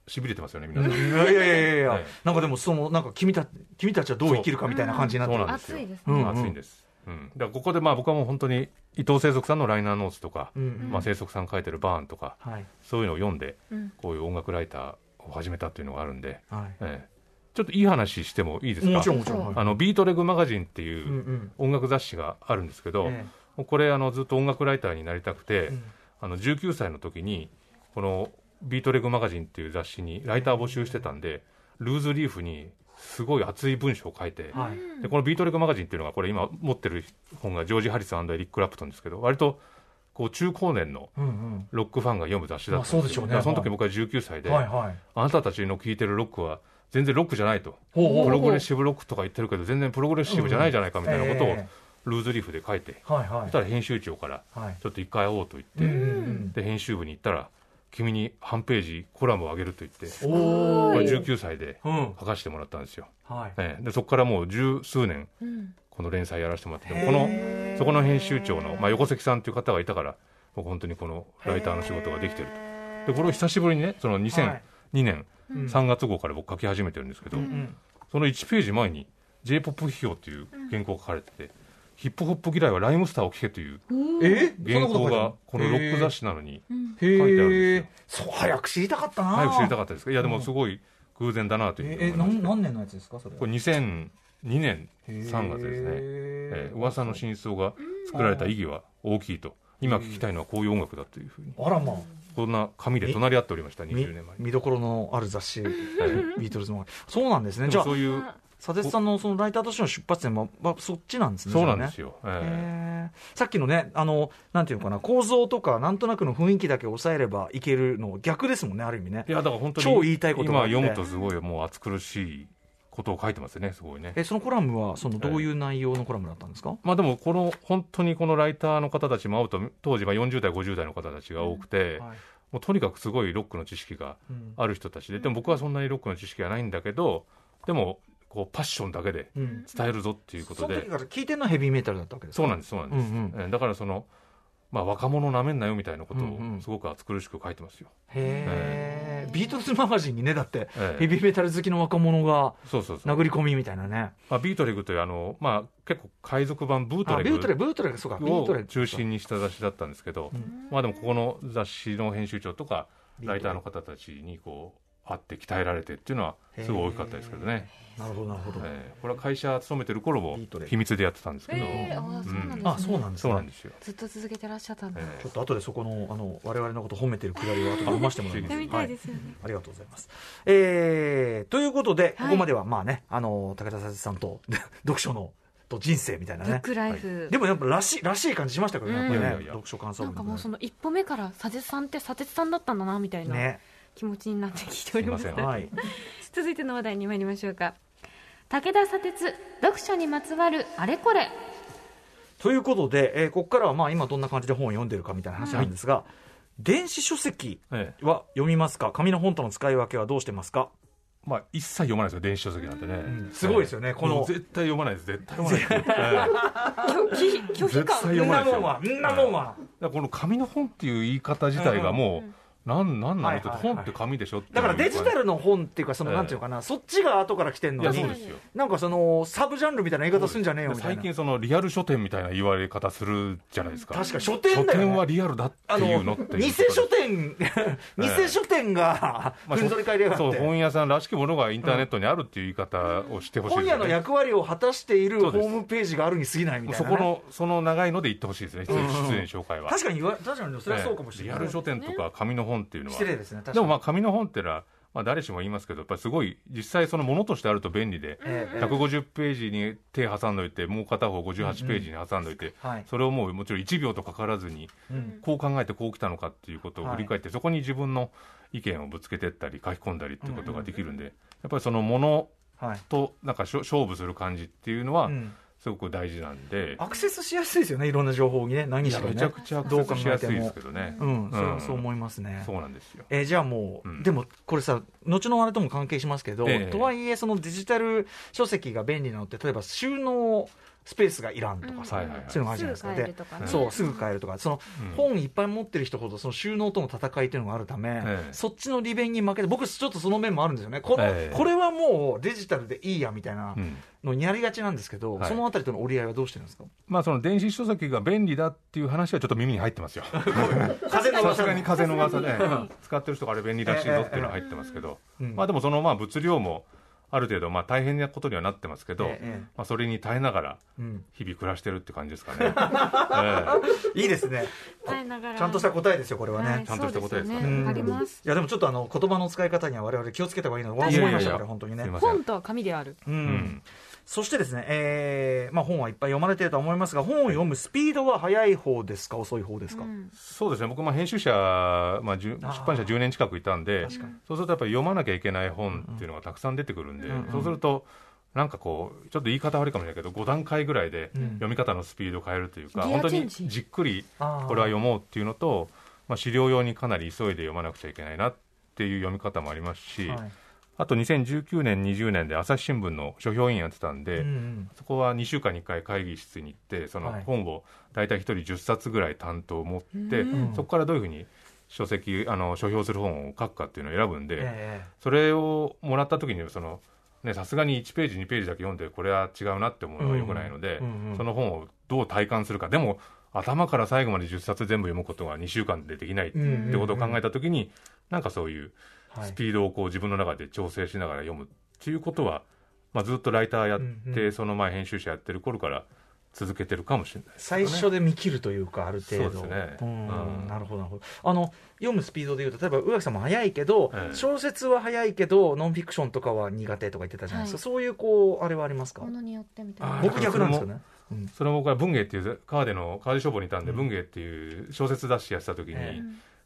Speaker 4: しびれてますよね皆さん
Speaker 2: いやいやいやいや、
Speaker 4: はい
Speaker 2: なんかでもそのなんか君た君たちはどう生きるかみたいな感じになって
Speaker 4: そう
Speaker 2: る
Speaker 4: なんですよ
Speaker 3: 暑いです
Speaker 2: う
Speaker 3: ね
Speaker 2: ん
Speaker 4: 暑いんです、うん、だからここでまあ僕はもう本当に伊藤清則さんのライナーノーツとか、
Speaker 2: うんうん
Speaker 4: まあ、清則さん書いてるバーンとか
Speaker 2: はい
Speaker 4: そういうのを読んで
Speaker 3: うん
Speaker 4: こういう音楽ライターを始めたっていうのがあるんで、
Speaker 2: はい。
Speaker 4: ええちょっといい話してもいいですか
Speaker 2: もちろんもちろん、はい
Speaker 4: あのビートレグマガジンっていううん音楽雑誌があるんですけ
Speaker 2: う
Speaker 4: ど、
Speaker 2: んえ
Speaker 4: これあのずっと音楽ライターになりたくて、
Speaker 2: えうん
Speaker 4: あの19歳の時にこのビートレグマガジンっていう雑誌にライター募集してたんでルーズリーフにすごい熱い文章を書いて、
Speaker 2: はい
Speaker 4: でこのビートレグマガジンっていうのがこれ今持ってる本がジョージ・ハリスエリック・クラプトンですけど割とこう中高年の
Speaker 2: うんうん
Speaker 4: ロックファンが読む雑誌だった
Speaker 2: まあそ
Speaker 4: ん
Speaker 2: う
Speaker 4: で
Speaker 2: ですしょ
Speaker 4: よ、
Speaker 2: うね
Speaker 4: だからその時僕は19歳で、
Speaker 2: はいはい
Speaker 4: あなたたちの聴いてるロックは全然ロックじゃないと
Speaker 2: ほうほうほう
Speaker 4: プログレッシブロックとか言ってるけど全然プログレッシブじゃないじゃないかみたいなことを
Speaker 2: え
Speaker 4: ルーズリーフで書いて、
Speaker 2: えはいは
Speaker 4: そし
Speaker 2: い
Speaker 4: たら編集長から
Speaker 2: はい
Speaker 4: ちょっと一回会おうと言って、
Speaker 2: うんうん
Speaker 4: で編集部に行ったら君に半ページコラムをあげると言って
Speaker 2: うんお
Speaker 4: こ
Speaker 2: お
Speaker 4: れ19歳で
Speaker 2: うん
Speaker 4: 書かせてもらったんですよ、
Speaker 2: はい
Speaker 4: ええでそこからもう十数年
Speaker 3: うん
Speaker 4: この連載やらせてもらってて
Speaker 2: へー
Speaker 4: このそこの編集長の、まあ、横関さんという方がいたから僕本当にこのライターの仕事ができてるとでこれを久しぶりにねその
Speaker 2: は
Speaker 4: 2002
Speaker 2: い
Speaker 4: 年
Speaker 2: うん
Speaker 4: 3月号から僕書き始めてるんですけど、
Speaker 2: うん
Speaker 4: その1ページ前に j p o p 批評という原稿が書かれてて、ヒップホップ嫌いはライムスターを聴けという
Speaker 2: え
Speaker 4: 原稿がこのロック雑
Speaker 2: 誌
Speaker 4: 誌なのに
Speaker 2: 書
Speaker 4: 書いてあるん
Speaker 2: へ
Speaker 4: です
Speaker 2: えそ
Speaker 4: よ
Speaker 2: う早く知りたかったな
Speaker 4: 早く知りた
Speaker 2: っ
Speaker 4: かったですけどいやでもすごい偶然だなというふうに
Speaker 2: えー
Speaker 4: 思いま
Speaker 2: 何
Speaker 4: した
Speaker 2: 何年のやつですかそれ
Speaker 4: これ2002年3月ですね、えー噂の
Speaker 2: ね
Speaker 4: 真相が作られた意義は大きいと今聞きたいのはこういう音楽だというふうに
Speaker 2: あらまあ
Speaker 4: こんな紙で隣り合っておりました20年前に
Speaker 2: 見どころのある雑誌
Speaker 4: はい
Speaker 2: ビートルズもそうなんですね
Speaker 4: で
Speaker 2: じゃ
Speaker 4: も
Speaker 2: あ
Speaker 4: そういう
Speaker 2: 佐哲さんのそのライターとしての出発点は、まあ、そっちなんですね
Speaker 4: そうなんです
Speaker 2: よ
Speaker 4: よ、
Speaker 2: ね
Speaker 4: え
Speaker 2: へーさっきのねあのなんていうのかな構造とかなんとなくの雰囲気だけ抑えればいけるの逆ですもんねある意味ね
Speaker 4: ーいやだから本当に
Speaker 2: 超言いたいことがあ
Speaker 4: 今
Speaker 2: って
Speaker 4: 読むとすごいもう暑苦しいことを書いてますねすごいね
Speaker 2: えそのコラムはそのどういう内容のコラムだったんですか、
Speaker 4: まあでもこの本当にこのライターの方たちも会うと当時まあ40代50代の方たちが多くて、
Speaker 2: はい
Speaker 4: もうとにかくすごいロックの知識が
Speaker 2: うん
Speaker 4: ある人たちででも僕はそんなにロックの知識がないんだけどでもこうパッションだけで
Speaker 2: うん
Speaker 4: 伝えるぞっていうこと
Speaker 2: その
Speaker 4: で
Speaker 2: 時から聞いてるのはヘビーメタルだったわけです
Speaker 4: そうなん
Speaker 2: で
Speaker 4: ですそうなんです、
Speaker 2: うん
Speaker 4: えーだからその、まあ、若者なめんなよみたいなこと
Speaker 2: うんう
Speaker 4: を
Speaker 2: ん
Speaker 4: すごく暑苦しく書いてますよ、
Speaker 2: すへえビートルズマガジンにねだって
Speaker 4: ええ
Speaker 2: ヘビーメタル好きの若者が
Speaker 4: そうそうそう、
Speaker 2: 殴り込みみたいなね
Speaker 4: まあ、ビートレグというあの、まあ、結構海賊版ブート
Speaker 2: あ
Speaker 4: レ
Speaker 2: ビートレ
Speaker 4: グ
Speaker 2: ブートレそうかビートレ
Speaker 4: を中心にした雑誌だったんですけど、
Speaker 2: うん
Speaker 4: まあ、でもここの雑誌の編集長とかライターの方たちにこう会って鍛えられてっていうのはすごい大きかったですけどね、
Speaker 2: なるほどなるほど、
Speaker 4: えーこれは会社勤めてる頃も
Speaker 2: ビートレグ
Speaker 4: 秘密でやってたんですけど、
Speaker 3: えー、あーそうなんです、ね
Speaker 2: あそうなんです
Speaker 4: そう
Speaker 2: ね
Speaker 4: なんですよ、
Speaker 3: ずっと続けてらっしゃったんだ、
Speaker 4: え
Speaker 2: ちょっと後でそこのあの我々のこと褒めてるくだりを後で読ませてもらいます。
Speaker 4: あ
Speaker 3: 読みたいですよね
Speaker 2: はありがとうございます。えーということで、
Speaker 3: はい
Speaker 2: ここまではまあねあの武田佐々さんと *laughs* 読書のと人生みたいな
Speaker 3: ブッ
Speaker 2: ね。
Speaker 3: クライフ、
Speaker 2: でもやっぱらしいらしい感じしましたけどね。
Speaker 3: うん
Speaker 2: やっぱね
Speaker 4: いやいやいや
Speaker 2: 読書感想
Speaker 3: な
Speaker 2: 文
Speaker 3: ん
Speaker 2: と
Speaker 3: か
Speaker 2: ね
Speaker 3: もうその一歩目から佐哲さんって佐哲さんだったんだなみたいな
Speaker 2: ね。
Speaker 3: 気持ちになって聞いております
Speaker 4: すいません
Speaker 2: はい。
Speaker 3: 続いての話題に参りましょうか武田砂鉄読書にまつわるあれこれ
Speaker 2: ということで、えーここからはまあ今どんな感じで本を読んでるかみたいな話なんですが、電子書籍
Speaker 4: え
Speaker 2: は読みますか。紙の本との使い分けはどうしてますか。
Speaker 4: ーまあ、一切読まないですよ電子書籍なんてね、
Speaker 2: んすごいですよね
Speaker 4: えー
Speaker 2: この
Speaker 4: もう絶対読まないです絶対
Speaker 2: *laughs*
Speaker 4: 読まないです、えー
Speaker 3: 拒否拒否
Speaker 4: 絶対
Speaker 3: 感
Speaker 4: 読まないですよ
Speaker 2: んなもんは。
Speaker 4: だからこの紙の本っていう言い方自体がもう、なんなんな
Speaker 2: は
Speaker 4: の
Speaker 2: い
Speaker 4: って
Speaker 2: はいはい
Speaker 4: 本って紙でしょっていう
Speaker 2: だからデジタルの本っていうかその
Speaker 4: ええ
Speaker 2: なんていうのかな、そっちが後から来てん
Speaker 4: い
Speaker 2: の
Speaker 4: や
Speaker 2: に
Speaker 4: そうですよ
Speaker 2: なんかそのサブジャンルみたいな言い方すんじゃねえよみたい
Speaker 4: 最
Speaker 2: な
Speaker 4: 近そのリアル書店みたいな言われ方するじゃないですか
Speaker 2: 確かに書
Speaker 4: 書
Speaker 2: 店だよ、ね、
Speaker 4: 店はリアルだって
Speaker 2: あの
Speaker 4: いうのっていう
Speaker 2: 偽書店偽書店が
Speaker 4: まあ
Speaker 2: ふんぞり返りやがって、
Speaker 4: そう本屋さんらしきものがインターネットにあるっていう言い方をしてほしい
Speaker 2: 本
Speaker 4: です
Speaker 2: 屋
Speaker 4: よ
Speaker 2: の
Speaker 4: ね
Speaker 2: 役割を果たしているホ
Speaker 4: そうで
Speaker 2: ー
Speaker 4: す
Speaker 2: ムページがあるに過ぎないみ
Speaker 4: もう
Speaker 2: たい
Speaker 4: そ
Speaker 2: な、ね、
Speaker 4: このその長いので言ってほしい
Speaker 2: *laughs*
Speaker 4: ですね出
Speaker 2: うん
Speaker 4: 演
Speaker 2: うん
Speaker 4: 出演紹介は
Speaker 2: 確かに言わ確かにそれはそうかもしれない、
Speaker 4: リアル書店とか紙の本っていうのは
Speaker 2: 失礼ですね確かに
Speaker 4: でもまあ紙の本ってのはまあ誰しも言いますけどやっぱりすごい実際そのものとしてあると便利で
Speaker 2: ええええ
Speaker 4: 150ページに手挟んどいてもう片方58ページに挟んどいて、
Speaker 2: はい
Speaker 4: それをもうもちろん1秒とかからずに
Speaker 2: うん
Speaker 4: こう考えてこう来たのかっていうことを振り返って、そこに自分の意見をぶつけてったり書き込んだりっていうことができるんで、やっぱりそのもの
Speaker 2: はい
Speaker 4: となんかしょ勝負する感じっていうのは
Speaker 2: うん
Speaker 4: すごく大事なんで、
Speaker 2: アクセスしやすいですよねいろんな情報にね何
Speaker 4: い
Speaker 2: し
Speaker 4: や
Speaker 2: ろ
Speaker 4: めちゃ
Speaker 2: ね
Speaker 4: くちゃアク
Speaker 2: どう
Speaker 4: セ
Speaker 2: 考
Speaker 4: スし
Speaker 2: え
Speaker 4: や
Speaker 2: て
Speaker 4: すいで
Speaker 2: も
Speaker 4: すけどね、
Speaker 2: うん、それは
Speaker 4: うん
Speaker 2: そう思いますね、
Speaker 4: そうなんですよ
Speaker 2: えーじゃあもう、
Speaker 4: うん
Speaker 2: でもこれさ後のあれとも関係しますけど、
Speaker 4: ええ
Speaker 2: とはいえそのデジタル書籍が便利なのって例えば収納スペースがいらんとかさ、
Speaker 4: はいはいはい
Speaker 2: そういうのがあるじ
Speaker 3: す
Speaker 2: ゃない
Speaker 3: ぐ
Speaker 2: ですか
Speaker 3: 帰るとかね
Speaker 2: でそうすぐ買えるとかその、
Speaker 4: うん
Speaker 2: 本いっぱい持ってる人ほどその収納との戦いっていうのがあるため、
Speaker 4: ええ
Speaker 2: そっちの利便に負けて僕ちょっとその面もあるんですよねこの、
Speaker 4: ええ
Speaker 2: これはもうデジタルでいいやみたいな
Speaker 4: うん
Speaker 2: のにやりがちなんですけど、
Speaker 4: はい
Speaker 2: そのあたりとの折り合いはどうしてるんですか
Speaker 4: まあその電子書籍が便利だっていう話はちょっと耳に入ってますよ
Speaker 2: 風の
Speaker 4: さ
Speaker 2: 噂
Speaker 4: すがに風の噂で
Speaker 3: はい
Speaker 4: 使ってる人があれ便利らしいぞっていうのは入ってますけど、
Speaker 2: うん
Speaker 4: まあでもそのまあ物量もある程度、まあ、大変なことにはなってますけど、
Speaker 2: ええ
Speaker 4: まあ、それに耐えながら
Speaker 2: うん、
Speaker 4: 日々暮らしてるって感じですかね。ええ
Speaker 2: いいですね
Speaker 3: 耐えなが
Speaker 2: *laughs*
Speaker 3: ら
Speaker 2: ちゃんとした答えですよこれはね、
Speaker 3: はいい、
Speaker 4: ちゃんとした答えですか
Speaker 3: そう
Speaker 4: ら
Speaker 3: よね
Speaker 2: うん
Speaker 3: あります
Speaker 2: いやでもちょっとあの言葉の使い方には我々気をつけた方がいいなと思い
Speaker 4: いやい
Speaker 2: ま
Speaker 4: や
Speaker 2: し
Speaker 4: い
Speaker 2: た
Speaker 4: や
Speaker 2: から本当にね
Speaker 4: すいません
Speaker 3: 本とは紙である
Speaker 2: うん
Speaker 4: うん
Speaker 2: そしてですね、えーまあ、本はいっぱい読まれているとは思いますが本を読むスピードは速い方ですか遅い方ですか、
Speaker 3: うん
Speaker 4: そうですね僕、まあ、編集者、まあ、じゅ出
Speaker 2: あー
Speaker 4: 版社10年近くいたんで
Speaker 2: 確かに
Speaker 4: そうするとやっぱり読まなきゃいけない本っていうのがたくさん出てくるん
Speaker 2: う
Speaker 4: で、
Speaker 2: んうん
Speaker 4: そうするとなんかこうちょっと言い方悪いかもしれないけど5段階ぐらいで
Speaker 2: うん
Speaker 4: 読み方のスピードを変えるというか、
Speaker 3: ギア
Speaker 4: 本当
Speaker 3: チェン
Speaker 4: に
Speaker 3: ジ
Speaker 4: じっくり
Speaker 2: あー
Speaker 4: これは読もうっていうのと、まあ、資料用にかなり急いで読まなくちゃいけないなっていう読み方もありますし、
Speaker 2: はい
Speaker 4: あと2019年20年で朝日新聞の書評委員やってたんで、
Speaker 2: うんうん
Speaker 4: そこは2週間に1回会議室に行ってその
Speaker 2: はい
Speaker 4: 本を大体1人10冊ぐらい担当を持って、
Speaker 2: うん
Speaker 4: そこからどういうふうに書籍あの書評する本を書くかっていうのを選ぶんで、
Speaker 2: え
Speaker 4: それをもらった時にそのねさすがに1ページ2ページだけ読んでこれは違うなって思うのはよくないので、
Speaker 2: うんうん
Speaker 4: その本をどう体感するかでも頭から最後まで10冊全部読むことが2週間でできないっ
Speaker 2: えうん
Speaker 4: てことを考えた時に、なんかそういう
Speaker 2: はい
Speaker 4: スピードをこう自分の中で調整しながら読むっていうことは、まあ、ずっとライターやって、
Speaker 2: うんうん
Speaker 4: その前編集者やってる頃から続けてるかもしれないです
Speaker 2: 最
Speaker 4: ね、
Speaker 2: 初で見切るというかある程度
Speaker 4: そうですね
Speaker 2: ん
Speaker 4: うん
Speaker 2: なるほどなるほどあの読むスピードでいうと例えば宇垣さんも早いけど、
Speaker 4: ええ
Speaker 2: 小説は早いけどノンフィクションとかは苦手とか言ってたじゃないですか、
Speaker 3: はい
Speaker 2: そういうこうあれはありますか
Speaker 3: ものによってみたい
Speaker 4: あ
Speaker 3: な
Speaker 4: ー
Speaker 2: 僕逆なんですよね、うん
Speaker 4: それも僕は文芸っていう川での川で消防にいたんで、
Speaker 2: うん
Speaker 4: 文芸っていう小説雑誌やってた時に、
Speaker 2: ええ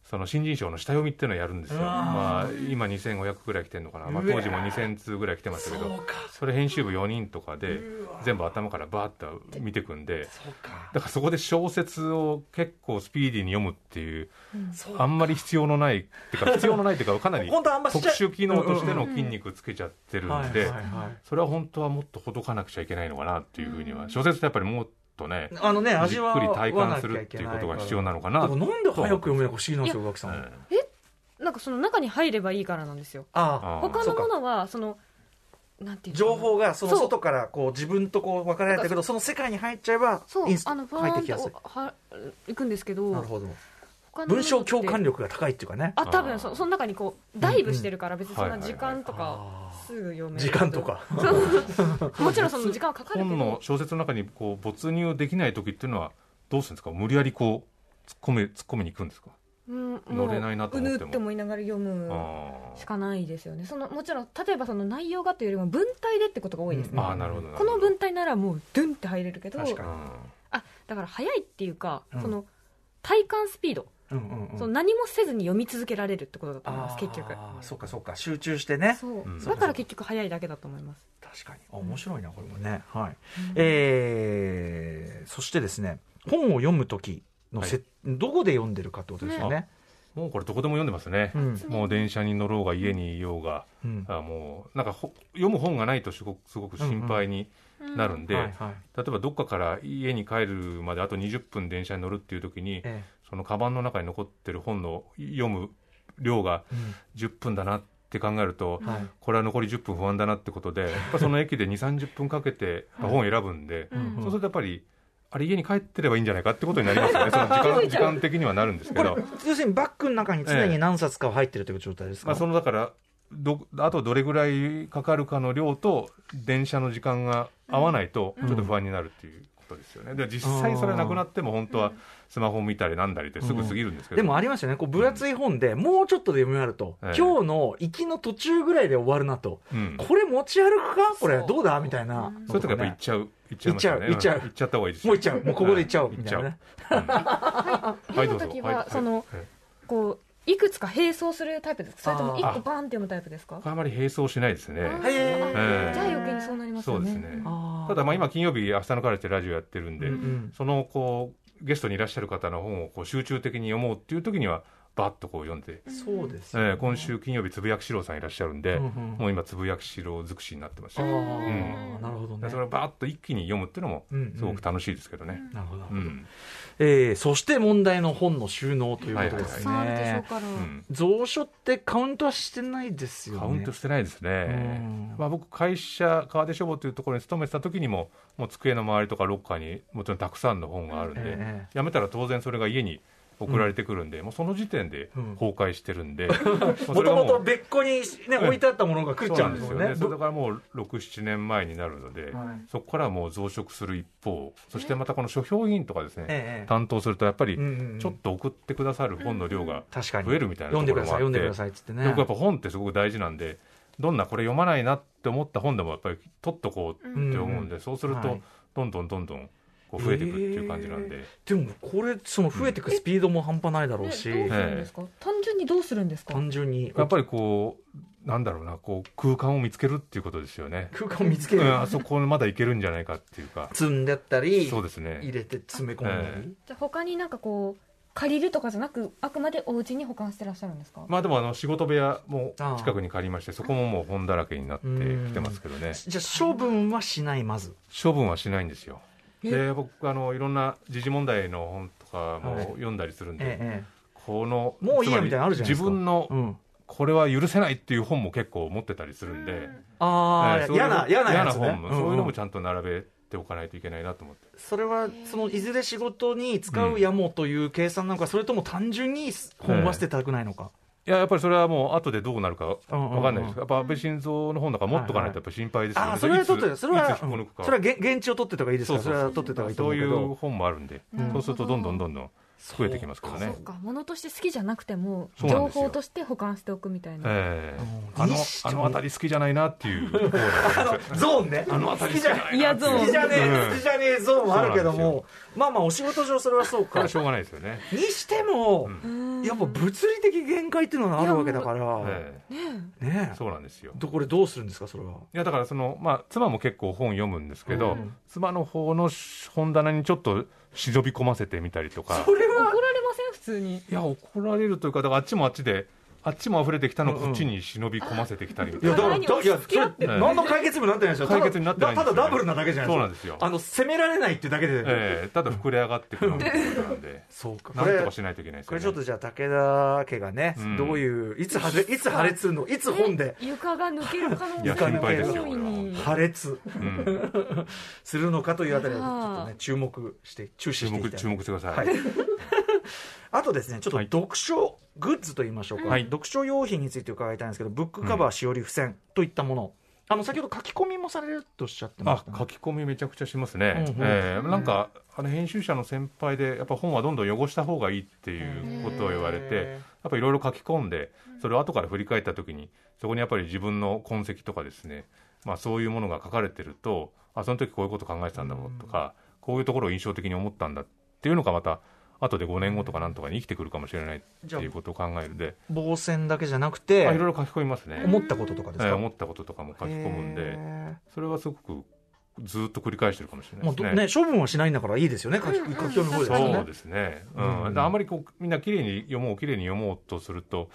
Speaker 4: その新人賞の下読みっていうのをやるんですよ、
Speaker 2: うわー
Speaker 4: まあ、今2500ぐらい来てるのかな、まあ、
Speaker 2: うわー
Speaker 4: 当時も2000通ぐらい来てましたけど
Speaker 2: か
Speaker 4: それ編集部4人とかで
Speaker 2: うわ
Speaker 4: 全部頭からバーッと見てくんで
Speaker 2: そうか
Speaker 4: だからそこで小説を結構スピーディーに読むっていう
Speaker 2: そう
Speaker 4: あんまり必要のないっ
Speaker 2: *laughs*
Speaker 4: ていうか必要のないっていうかかなり
Speaker 2: 本当はあんましち
Speaker 4: 特
Speaker 2: ゃ
Speaker 4: 殊機能としての筋肉つけちゃってる
Speaker 2: はい
Speaker 4: ん
Speaker 2: はい
Speaker 4: で
Speaker 2: はい
Speaker 4: それは本当はもっとほどかなくちゃいけないのかなっていうふうには小説ってやっぱりもっとね
Speaker 2: あのね
Speaker 4: じ
Speaker 2: 味
Speaker 4: っ
Speaker 2: は
Speaker 4: くり体感するっていうことが必要なのかな
Speaker 2: だからなんで早く読めないか不思議なんですよ宇垣さん、
Speaker 4: うん
Speaker 3: なんかその中に入ればいいからなんですよ
Speaker 2: ああ
Speaker 4: あ
Speaker 3: 他
Speaker 2: そ
Speaker 3: の
Speaker 2: うか
Speaker 3: ものはそのなんていうのか
Speaker 2: 情
Speaker 3: な
Speaker 2: 報がその
Speaker 3: そう
Speaker 2: 外からこう自分とこう分かられたけどその世界に入っちゃえば
Speaker 3: そう
Speaker 2: インス
Speaker 3: あのバ
Speaker 2: 入ってき
Speaker 3: ー
Speaker 2: や
Speaker 3: ン
Speaker 2: す
Speaker 3: と
Speaker 2: い
Speaker 3: は行くんですけど
Speaker 2: なるほど
Speaker 3: 他のもの
Speaker 2: 文
Speaker 3: って
Speaker 2: 章共感力が高いっていうかね
Speaker 3: あ多分そその中にこうダイブしてるから別にそんな
Speaker 4: は
Speaker 3: い
Speaker 4: はい
Speaker 3: 時
Speaker 4: はい
Speaker 3: 間とか
Speaker 2: あ
Speaker 3: すぐ読め
Speaker 2: ー
Speaker 3: る
Speaker 2: 時間とか
Speaker 3: もちろんその時間はかかるけ
Speaker 4: 本の
Speaker 3: ど
Speaker 4: 小説の中にこう没入できない時っていうのはどうするんですか無理やりこう突っ込め突っ込みに行くんですか
Speaker 3: うんもう
Speaker 4: 乗れないなと思っ
Speaker 3: う
Speaker 4: ても
Speaker 3: ぬって思いながら読
Speaker 4: あ
Speaker 3: む
Speaker 4: ー
Speaker 3: しかないですよねそのもちろん例えばその内容がというよりも文体でってことが多いですね、
Speaker 4: あーなるほどなる
Speaker 3: こ
Speaker 4: ほど
Speaker 3: の文体ならもうドゥンって入れるけど
Speaker 2: 確かに
Speaker 3: あだから早いっていうか、
Speaker 2: うん
Speaker 3: その体感スピード、
Speaker 2: うんうんうん
Speaker 3: その何もせずに読み続けられるってことだと思います
Speaker 2: あー
Speaker 3: 結局
Speaker 2: そうかそうか集中してね
Speaker 3: そう、
Speaker 4: うん
Speaker 3: だから結局早いだけだと思います
Speaker 2: 確かにあ面白いなこれもねはい、えーそしてですね本を読む時のせ、どこで読んでるかってことですよね
Speaker 4: うんもうこれどこでも読んでますね
Speaker 2: う、ん
Speaker 4: もう電車に乗ろうが家にいようが
Speaker 2: うん
Speaker 4: あもうなんかほ読む本がないとすごくすごく心配になるんで、
Speaker 2: はいはい
Speaker 4: 例えばどっかから家に帰るまであと20分電車に乗るっていう時に
Speaker 2: え
Speaker 4: そのカバンの中に残ってる本の読む量が
Speaker 2: えうん
Speaker 4: 10分だなって考えると、
Speaker 2: はい
Speaker 4: これは残り10分不安だなってことでやっぱその駅で2 3 0分かけてまあ本を選ぶんで、
Speaker 2: うん
Speaker 4: そうするとやっぱりあれ家に帰ってればいいんじゃないかってことになりますよねその
Speaker 2: *laughs*
Speaker 4: 時間時間的にはなるんですけ
Speaker 2: これ
Speaker 4: ど、
Speaker 2: 要するにバッグの中に常に何冊かは入ってるという状態ですか、
Speaker 4: まあ、そのだからどあとどれぐらいかかるかの量と電車の時間が合わないと
Speaker 2: うん
Speaker 4: ちょっと不安になるっていうことですよね、で実際それなくなっても本当はスマホ見たりなんだりってすぐ過ぎるんですけど、
Speaker 2: でもありますよね、こう分厚い本で、もうちょっとで読み終わると、
Speaker 4: ええ
Speaker 2: 今日の行きの途中ぐらいで終わるなと、
Speaker 4: うん
Speaker 2: これ持ち歩くか、これ、どうだみたいな、
Speaker 4: そういう時はやっぱ行っちゃう行っちゃいますよね
Speaker 2: 行っちゃう行っちゃう
Speaker 4: 行っちゃった方がいいです
Speaker 2: もう行っちゃう、もうここで行っちゃおうみたいなね、
Speaker 4: うんはいどうぞ
Speaker 3: 読む時は
Speaker 4: はい
Speaker 3: その
Speaker 4: はい
Speaker 3: こういくつか並走するタイプですかそれとも一
Speaker 4: あ
Speaker 3: 個
Speaker 4: ー
Speaker 3: バーンって読むタイプですか
Speaker 4: あまり並走しないですね
Speaker 3: あ
Speaker 2: へ
Speaker 3: ー
Speaker 2: ー
Speaker 4: ええ
Speaker 3: じゃあ余計にそうなります
Speaker 4: そ
Speaker 3: よ
Speaker 4: う
Speaker 3: ね
Speaker 4: ですね
Speaker 2: あー
Speaker 4: ただまあ今金曜日明日のカレッジでラジオやってるんで、
Speaker 2: うんうん
Speaker 4: そのこうゲストにいらっしゃる方の本をこう集中的に読もうっていう時にはバッとこう読んで、
Speaker 2: そうですよね、
Speaker 4: ええ今週金曜日つぶやきしろうさんいらっしゃるんで、
Speaker 2: うんうん
Speaker 4: もう今つぶやきしろう尽くしになってまし
Speaker 2: あ
Speaker 4: た、
Speaker 2: ーなるほどね
Speaker 4: それをバッと一気に読むっていうのも
Speaker 2: うんうん
Speaker 4: すごく楽しいですけどね、
Speaker 2: なるほど、
Speaker 4: うん
Speaker 2: えーそして問題の本の収納ということで
Speaker 3: たく
Speaker 2: す
Speaker 3: さ
Speaker 2: ね、
Speaker 3: んあるでしょうから、
Speaker 4: うん
Speaker 2: 蔵書ってカウントはしてないですよね
Speaker 4: カウントしてないですね、
Speaker 2: うん
Speaker 4: まあ、僕会社川出書房というところに勤めてた時にももう机の周りとかロッカーにもちろんたくさんの本があるんで、
Speaker 2: ええ
Speaker 4: やめたら当然それが家に送られてくるんで、もうその時点で
Speaker 2: うん
Speaker 4: 崩壊してる
Speaker 2: *laughs*
Speaker 4: んで、
Speaker 2: もともと
Speaker 4: う
Speaker 2: 別個に、ね、置いてあったものが食っ
Speaker 4: そう
Speaker 2: ちゃ
Speaker 4: な
Speaker 2: うん
Speaker 4: ん
Speaker 2: で
Speaker 4: ですす
Speaker 2: よ
Speaker 4: よ
Speaker 2: ね
Speaker 4: ね。それだからもう67年前になるの
Speaker 2: は
Speaker 4: で、
Speaker 2: い
Speaker 4: そこからもう増殖する一方そしてまたこの書評委員とかですね、
Speaker 2: ええ
Speaker 4: 担当するとやっぱり
Speaker 2: うんうんうん
Speaker 4: ちょっと送ってくださる本の量が
Speaker 2: 確かに
Speaker 4: 増えるみたいな
Speaker 2: 読んでください
Speaker 4: とこ
Speaker 2: 読
Speaker 4: ろもあっ
Speaker 2: ん
Speaker 4: て
Speaker 2: でくださいっつってね
Speaker 4: 僕やっぱ本ってすごく大事なんでどんなこれ読まないなって思った本でもやっぱり取っとこうって思うんで、そうする
Speaker 2: は
Speaker 4: と
Speaker 2: い
Speaker 4: どんどんどんどんこう増えていくっていう感じなんで、
Speaker 2: でもこれその増えていくスピードも半端ないだろうし、
Speaker 3: どうするんですか、単純にどうするんですか
Speaker 2: 単純に
Speaker 4: やっぱりこうなんだろうなこう空間を見つけるっていうことですよね。
Speaker 2: 空間を見つける、
Speaker 4: うんあそこまだいけるんじゃないかっていうか
Speaker 2: 積んでったり
Speaker 4: そうです
Speaker 2: 入
Speaker 4: ね
Speaker 2: れて詰め込んだり、
Speaker 4: え
Speaker 3: じゃあ他になんかこう借りるとかじゃなくあくまでお家に保管してらっしゃるんですか、
Speaker 4: まあでもあの仕事部屋も
Speaker 2: ああ
Speaker 4: 近くに借りましてそこももう本だらけになってきてますけどね
Speaker 2: じゃあ処分はしないまず
Speaker 4: 処分はしないんですよで僕あのいろんな時事問題の本とかも
Speaker 2: はい
Speaker 4: 読んだりするんで、
Speaker 2: え
Speaker 4: この
Speaker 2: もういいや
Speaker 4: つまり
Speaker 2: みたいなのあるじゃないですか
Speaker 4: 自分
Speaker 2: え
Speaker 4: の
Speaker 2: うん
Speaker 4: これは許せないっていう本も結構持ってたりするんで、
Speaker 2: ああ、
Speaker 4: ええそういう
Speaker 2: 嫌な嫌なやつ、ね、
Speaker 4: 嫌な本も、そういうのも
Speaker 2: ん
Speaker 4: ちゃんと並べておかないといけないなと思って
Speaker 2: それはそのいずれ仕事に使うやもという計算なのか、それとも単純に本は捨てたくないのか、
Speaker 4: いややっぱりそれはもう後でどうなるかわ
Speaker 2: うんうんうん
Speaker 4: かんないです、やっぱ安倍晋三の本なんか持っとかないとやっぱ心配ですよね、
Speaker 2: ああそれは取って
Speaker 4: いつ
Speaker 2: それ
Speaker 4: い
Speaker 2: は
Speaker 4: つ
Speaker 2: う
Speaker 4: 引っこ抜
Speaker 2: ん
Speaker 4: くか
Speaker 2: それは現現地を取ってた方がいいですから
Speaker 4: そ
Speaker 2: そ
Speaker 4: うそう
Speaker 2: れ
Speaker 4: そう
Speaker 2: は取ってた方がいいと
Speaker 4: そ
Speaker 2: 思う
Speaker 4: うい
Speaker 2: け
Speaker 4: う
Speaker 2: ど
Speaker 4: 本もあるんで、
Speaker 3: なる
Speaker 4: そ
Speaker 3: ほ
Speaker 4: うするとどんどんどんどん増えてきますから
Speaker 3: そ
Speaker 4: ね
Speaker 3: う。か物として好きじゃなくても
Speaker 4: そうなん
Speaker 3: 情
Speaker 4: ですよ
Speaker 3: 報として保管しておくみたいな、
Speaker 4: ええ
Speaker 2: うん
Speaker 4: あの
Speaker 2: にして
Speaker 4: あ
Speaker 2: も
Speaker 4: の辺り好きじゃないなっていうコーナーなんですよ
Speaker 2: ゾーンね
Speaker 4: あの辺
Speaker 2: 好き
Speaker 4: り
Speaker 2: じ
Speaker 4: 好き
Speaker 2: ゃ
Speaker 4: じゃない
Speaker 3: いや
Speaker 4: なって
Speaker 3: ゾ
Speaker 2: 好
Speaker 3: ーン
Speaker 4: いう
Speaker 2: きじゃねえ
Speaker 4: うん
Speaker 2: 好きじゃねえゾーンはあるけど
Speaker 4: そうなんで
Speaker 2: もまあまあお仕事上それはそう
Speaker 4: こ
Speaker 2: か
Speaker 4: れはしょうがないですよね。
Speaker 2: にしても、
Speaker 4: うん
Speaker 2: やっぱ物理的限界っていうのがあるわけだから、
Speaker 4: ええ
Speaker 2: ねえ
Speaker 4: そうなんですよ。
Speaker 2: どこれどうするんですかそれは。
Speaker 4: いやだからその、まあ、妻も結構本読むんですけど、
Speaker 2: うん
Speaker 4: 妻の方の本棚にちょっと忍び込ませてみたりとか
Speaker 2: それ
Speaker 3: 怒ら
Speaker 2: は
Speaker 3: れません普通に
Speaker 4: いや怒られるというかだからあっちもあっちであっちも溢れてきたのを
Speaker 2: うんうん
Speaker 4: こっちに忍び込ませてきたりみ
Speaker 2: い
Speaker 4: たい
Speaker 2: や
Speaker 4: な、
Speaker 2: だから
Speaker 3: 何を
Speaker 2: だいや
Speaker 3: 付き合って
Speaker 4: んの
Speaker 2: それ何の解決にもなってないでしょ
Speaker 4: 解決になってないん
Speaker 2: た
Speaker 4: です
Speaker 2: だ
Speaker 4: よ
Speaker 2: ダブルなだけじゃない
Speaker 4: そうなんですよ
Speaker 2: あの攻められないっていうだけで、
Speaker 4: ええただ膨れ上がってくるのが僕なんで
Speaker 2: そうか
Speaker 4: なんとかしないといけないです
Speaker 2: こ
Speaker 4: よ
Speaker 2: れ
Speaker 4: ね
Speaker 2: ちょっとじゃあ武田家がね、
Speaker 4: うん
Speaker 2: どういういつ破裂いつ破裂するのいつ本で
Speaker 3: 床が抜ける可能
Speaker 4: いや
Speaker 3: 性も
Speaker 4: 心配ですよ
Speaker 3: 大
Speaker 4: こ
Speaker 3: い
Speaker 4: れは本
Speaker 3: に
Speaker 2: 破裂
Speaker 4: うん
Speaker 2: するのかというあたりをちょっと
Speaker 3: あ
Speaker 2: ね
Speaker 3: ら
Speaker 2: 注目して注視
Speaker 4: 注
Speaker 2: していき
Speaker 4: 目
Speaker 2: たい
Speaker 4: 注目してください、
Speaker 2: はい *laughs* あとですねちょっと
Speaker 4: はい
Speaker 2: 読書グッズといいましょうか、
Speaker 4: はい
Speaker 2: 読書用品について伺いたいんですけどブックカバーしおり付箋といったもの、あの先ほど書き込みもされるとおっしゃってま
Speaker 4: あ
Speaker 2: したね
Speaker 4: 書き込みめちゃくちゃしますね、
Speaker 2: うんうん
Speaker 4: えーなんかあの編集者の先輩でやっぱ本はどんどん汚した方がいいっていうことを言われてやっぱいろいろ書き込んでそれを後から振り返った時にそこにやっぱり自分の痕跡とかですね、まあ、そういうものが書かれてるとあその時こういうこと考えてたんだろうとかこういうところを印象的に思ったんだっていうのがまた後で5年後とかなんとかに生きてくるかもしれないっていうことを考えるんで
Speaker 2: 防線だけじゃなく
Speaker 4: あい
Speaker 2: て、
Speaker 4: ろいろ書き込みますね、
Speaker 2: 思ったこととかです
Speaker 4: え
Speaker 2: か、
Speaker 4: ー思ったこととかも書き込むんで
Speaker 2: へ
Speaker 4: それはすごくずっと繰り返してるかもし
Speaker 2: ー
Speaker 4: れ
Speaker 2: も
Speaker 4: ないうです
Speaker 2: どね、
Speaker 4: ね。
Speaker 2: 処分はしないんだからいいですよね、書き書き込みの方ですよね。
Speaker 4: そ
Speaker 2: は
Speaker 4: う
Speaker 2: い
Speaker 4: ですね、う
Speaker 2: うん
Speaker 4: んだからあまりこうみんな綺麗に読もう綺麗に読もうとすると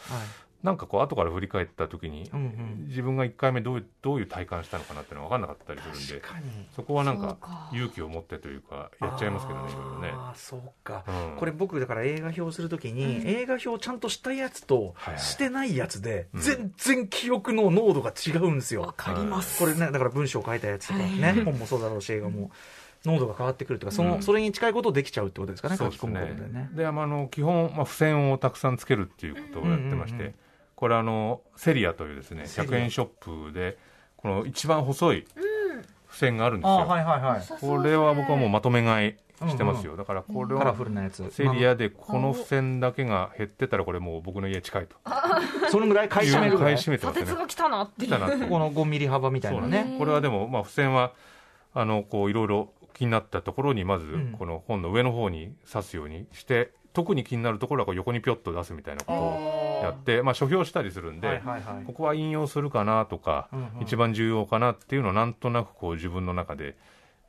Speaker 4: なんかこう後から振り返った時に、
Speaker 2: うんうん
Speaker 4: 自分が1回目どういうどういう体感したのかなっていうのは分かんなかったりするんで
Speaker 2: 確かに
Speaker 4: そこはなん
Speaker 3: そう
Speaker 4: か
Speaker 3: か
Speaker 4: 勇気を持ってというかやっちゃいますけどねいろいろね。
Speaker 2: ああそうか、
Speaker 4: うん
Speaker 2: これ僕だから映画表するときに、映画表ちゃんとしたやつと
Speaker 4: はいはい
Speaker 2: してないやつで、
Speaker 4: うん
Speaker 2: 全然記憶の濃度が違うんですよ、
Speaker 4: かります
Speaker 2: これねだから文章を書いたやつとかね、本もそうだろうし映画も濃度が変わってくるとかその、
Speaker 4: うん
Speaker 2: それに近いことできちゃうってことですかね
Speaker 4: そう
Speaker 2: 書
Speaker 4: で
Speaker 2: き
Speaker 4: す
Speaker 2: 込むことで
Speaker 4: ね
Speaker 2: ね。
Speaker 4: であの基本、まあ、付箋をたくさんつけるっていうことをやってまして、
Speaker 2: うんうんうんうん
Speaker 4: これあのセリアというですね
Speaker 2: セリア
Speaker 4: 100円ショップでこの一番細い付箋があるんです
Speaker 2: あ
Speaker 4: よ。
Speaker 2: あはいはいはい
Speaker 4: これは僕はもうまとめ買いしてますよ、だからこれ
Speaker 2: カラ
Speaker 4: は
Speaker 2: フルなやつ
Speaker 4: セリアでこの付箋だけが減ってたらこれもう僕の家近いと
Speaker 2: まあそのぐらい買い占めるぐら
Speaker 4: 買い
Speaker 2: い
Speaker 4: 占めてま
Speaker 3: 砂
Speaker 4: すね
Speaker 3: 鉄が来たなって
Speaker 4: 来
Speaker 3: いう
Speaker 4: たなっていう
Speaker 2: この5ミリ幅みたい
Speaker 4: そうな
Speaker 2: なんね
Speaker 4: ですこれはでもまあ付箋はあのこういろいろ気になったところにまず
Speaker 2: ん
Speaker 4: この本の上の方に刺すようにして特に気になるところはこう横にぴょっと出すみたいなことをやってまあ書評したりするんで、
Speaker 2: はいはいはい
Speaker 4: ここは引用するかなとか、
Speaker 2: うんうん
Speaker 4: 一番重要かなっていうのをなんとなくこう自分の中で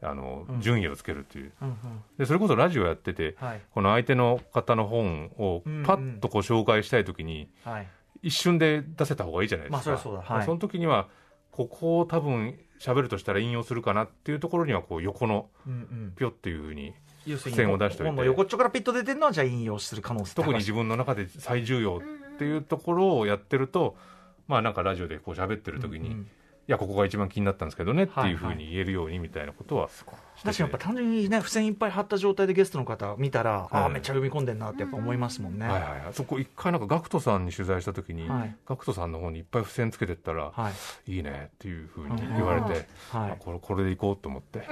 Speaker 4: あの順位をつけるという、
Speaker 2: うんうん
Speaker 4: でそれこそラジオやってて、
Speaker 2: はい
Speaker 4: この相手の方の本を
Speaker 2: うんうん
Speaker 4: パッとこう紹介したいときに、
Speaker 2: はい
Speaker 4: 一瞬で出せた方がいいじゃないですか、
Speaker 2: まあそりゃそうだはい
Speaker 4: その時には、ここを多分喋るとしたら引用するかなっていうところには、こう横の
Speaker 2: うんうん
Speaker 4: ぴょっていうふうに、
Speaker 2: 要するに
Speaker 4: 線を出しといて
Speaker 2: 本の横っちょからピッと出てるのはじゃあ引用する可能性
Speaker 4: 特に
Speaker 2: 高い
Speaker 4: 自分の中で最重要っていうところをやってると、まあなんかラジオでこう喋ってる時に、
Speaker 2: うんうん
Speaker 4: いや、ここが一番気になったんですけどねっていうふう
Speaker 2: はいは
Speaker 4: に言えるようにみたいなことは
Speaker 2: 確かにやっぱ単純にね、付箋いっぱい貼った状態でゲストの方見たら、ああ、
Speaker 4: はい
Speaker 2: めっちゃ読み込んでんなってやっぱ思いますもんね。
Speaker 4: はいはいはい、そこ一回なんかガクトさんに取材した時に、
Speaker 2: はい
Speaker 4: ガクトさんの方にいっぱい付箋つけてったら、
Speaker 2: はい
Speaker 4: い、いねっていうふうに言われて、
Speaker 2: はい
Speaker 4: あこれこれでいこうと
Speaker 2: *laughs*
Speaker 4: 思って、ね